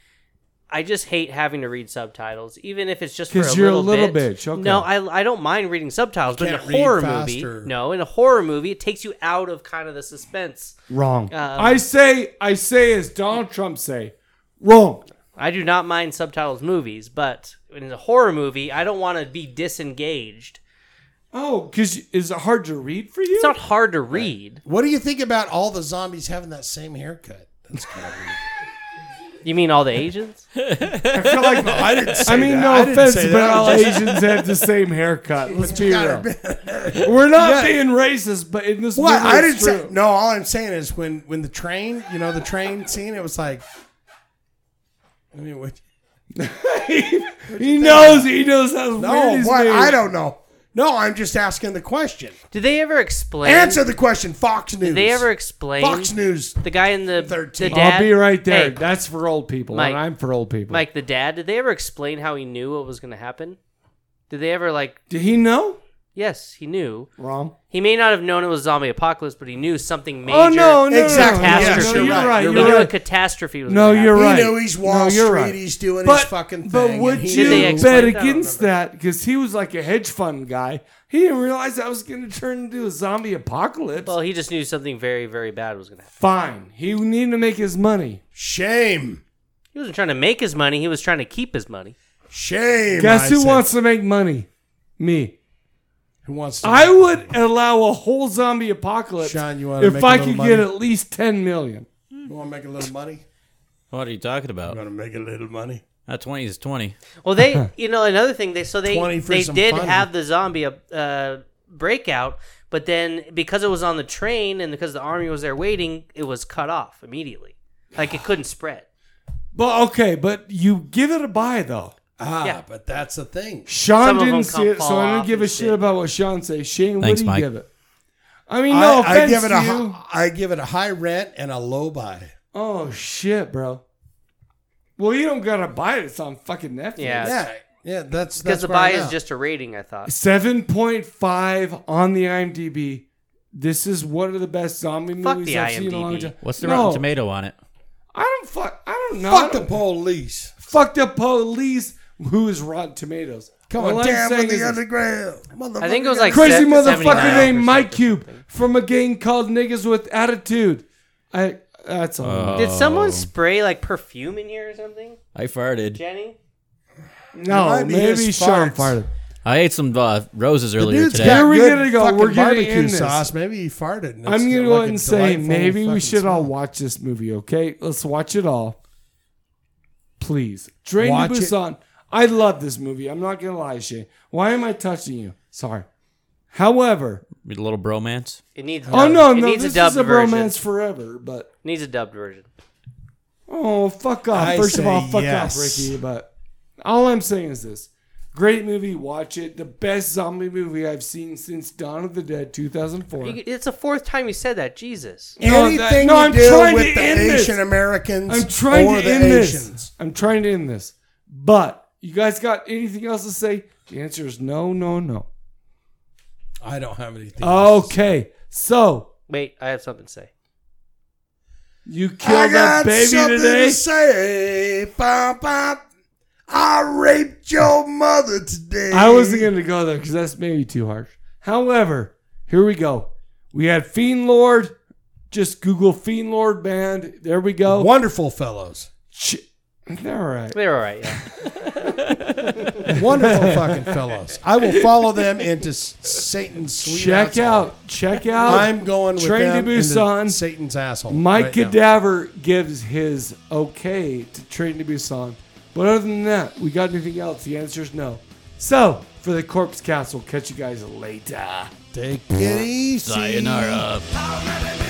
I just hate having to read subtitles, even if it's just for a
'Cause you're a
little,
little
bit.
bitch, okay.
No, I, I don't mind reading subtitles, but in a
can't read
horror
fast
movie,
or-
no, in a horror movie, it takes you out of kind of the suspense.
Wrong.
Um,
I say, I say, as Donald Trump say, wrong.
I do not mind subtitles movies, but in a horror movie, I don't want to be disengaged.
Oh, because is it hard to read for you?
It's not hard to read.
What do you think about all the zombies having that same haircut? That's kind of weird.
You mean all
(laughs)
the Asians?
I feel like I didn't. Say I mean,
that.
no
I didn't
offense,
say
but
that. (laughs)
all
I
Asians have the same haircut. Let's be real. (laughs) We're not being racist, but in this
What
movie,
I
it's
didn't say.
true. (laughs)
No, all I'm saying is when when the train, you know, the train scene, it was like. I mean, what,
he knows. He knows how weird
no,
he's
what?
made.
I don't know. No, I'm just asking the question.
Did they ever explain?
Answer the question, Fox News.
Did they ever explain?
Fox News.
The guy in the
13.
the dad.
I'll be right there.
Hey,
That's for old people,
Mike.
and I'm for old people.
Mike, the dad. Did they ever explain how he knew what was going to happen? Did they ever like?
did he know?
Yes, he knew.
Wrong.
He may not have known it was zombie apocalypse, but he knew something major.
oh no, no, no,
Exactly.
no, no,
Yes,
no,
you're
you're
right,
right.
you're
He
You're
knew a
right.
catastrophe was.
No,
gonna
you're
He
right.
knew he's Wall
No, you're
Street,
right.
he's doing
But-
his fucking
But
thing,
would
and he
Did they
you
explain
bet
that? I don't
against
remember.
that? Because he was like a hedge fund guy. He didn't realize that was going to turn into a zombie apocalypse.
Well, he just knew something very, very bad was going to happen.
Fine, he needed to make his money.
Shame.
He wasn't trying to make his money; he was trying to keep his money.
Shame.
Guess
I
who
said.
wants to make money? Me.
Who wants to?
I would allow a whole zombie apocalypse
Sean, you wanna
if
make a
I
little
could
money?
get at least ten million.
You want to make a little money?
What are you talking
You
about?
want to make a little money?
Not 20 is 20.
(laughs)
Well, they, you know, another thing they so they
20 for
they
some
did
fun.
have the zombie uh, breakout, but then because it was on the train and because the army was there waiting, it was cut off immediately. Like it couldn't spread.
But okay, but you give it a buy though.
Ah,
Yeah.
but that's the thing.
Sean
Some of them
didn't see
come
it, so I
fall
don't
off
give a
and
shit
shit.
about what Sean says. Shane,
Thanks,
what do you
Mike.
give it? I mean, no
I, I
offense
give it
to
a
you.
hi- I give it a high rent and a low buy.
Oh shit, bro. Well, you don't gotta buy it. It's on fucking Netflix.
Yeah.
Yeah, yeah, that's that's
Because the
where
buy
I'm
is
at.
just a rating, I thought.
Seven point five on the IMDb. This is one of the best zombie
Fuck
movies
the
I've seen in a long
IMDb.
time.
What's the
no,
Rotten Tomato on it?
I don't fuck. I don't know. I
fuck the
don't-
police.
fuck the police. Who is Rotten Tomatoes?
Come
All
on,
I'm
down
saying
with
is-
the underground.
I think it was like
crazy
se-
motherfucker
79
named
or
Mike Cube from a gang called Niggas with Attitude. I
Oh.
that's all.
Did
Oh.
someone spray like perfume in here or something?
I farted.
Jenny?
No, maybe Sean farted.
I ate some uh, roses earlier
dude's
today.
got
Here we
good
gotta go.
fucking
We're gonna
barbecue
end this.
sauce. Maybe he farted. and
I'm
it's
gonna
like
go
a
ahead and say
delightful
maybe we
fucking
should
smell.
all watch this movie. Okay, let's watch it all. Please, Drain
Watch
to
it.
Busan. I love this movie. I'm not gonna lie, Shay. Why am I touching you? Sorry. However,
With A little bromance.
It needs.
oh
dubbed-
no,
it
no,
needs
this
a dubbed
is a
version.
romance forever. But
Needs a dubbed version.
oh, fuck off.
I
First of
say
all, fuck off,
yes.
Ricky. But all I'm saying is this: great movie. Watch it. The best zombie movie I've seen since Dawn of the Dead, 2004.
You- It's the fourth time you said that. Jesus.
No, that-
Anything
no,
you
I'm
do
trying
with
to
the
end this.
Asian Americans
I'm trying
or
to
the
end
Asians.
this. I'm trying to end this. But you guys got anything else to say? The answer is no, no, no.
I don't have anything.
Oh,
else to say.
Okay, so
Wait, I have something to say.
you
I
killed that
got
baby
something
today.
to say. Bum, bum. I raped your mother today.
I wasn't going to go there because that's maybe too harsh. However, here we go. We had Fiend Lord. Just Google Fiend Lord band. There we go.
Wonderful fellows.
Ch- All right.
They're all right.
(laughs)
Yeah.
Wonderful fucking fellows. I will follow them into S- Satan's sweet
Check
asshole.
out. Check out.
I'm going with
Train
them
to
into
Busan.
Satan's asshole.
Mike
right now.
Cadaver gives his okay to Train to Busan. But other than that, we got anything else? The answer is no. So, for the Corpse Castle, catch you guys later.
Take it easy.
Sayonara.
How many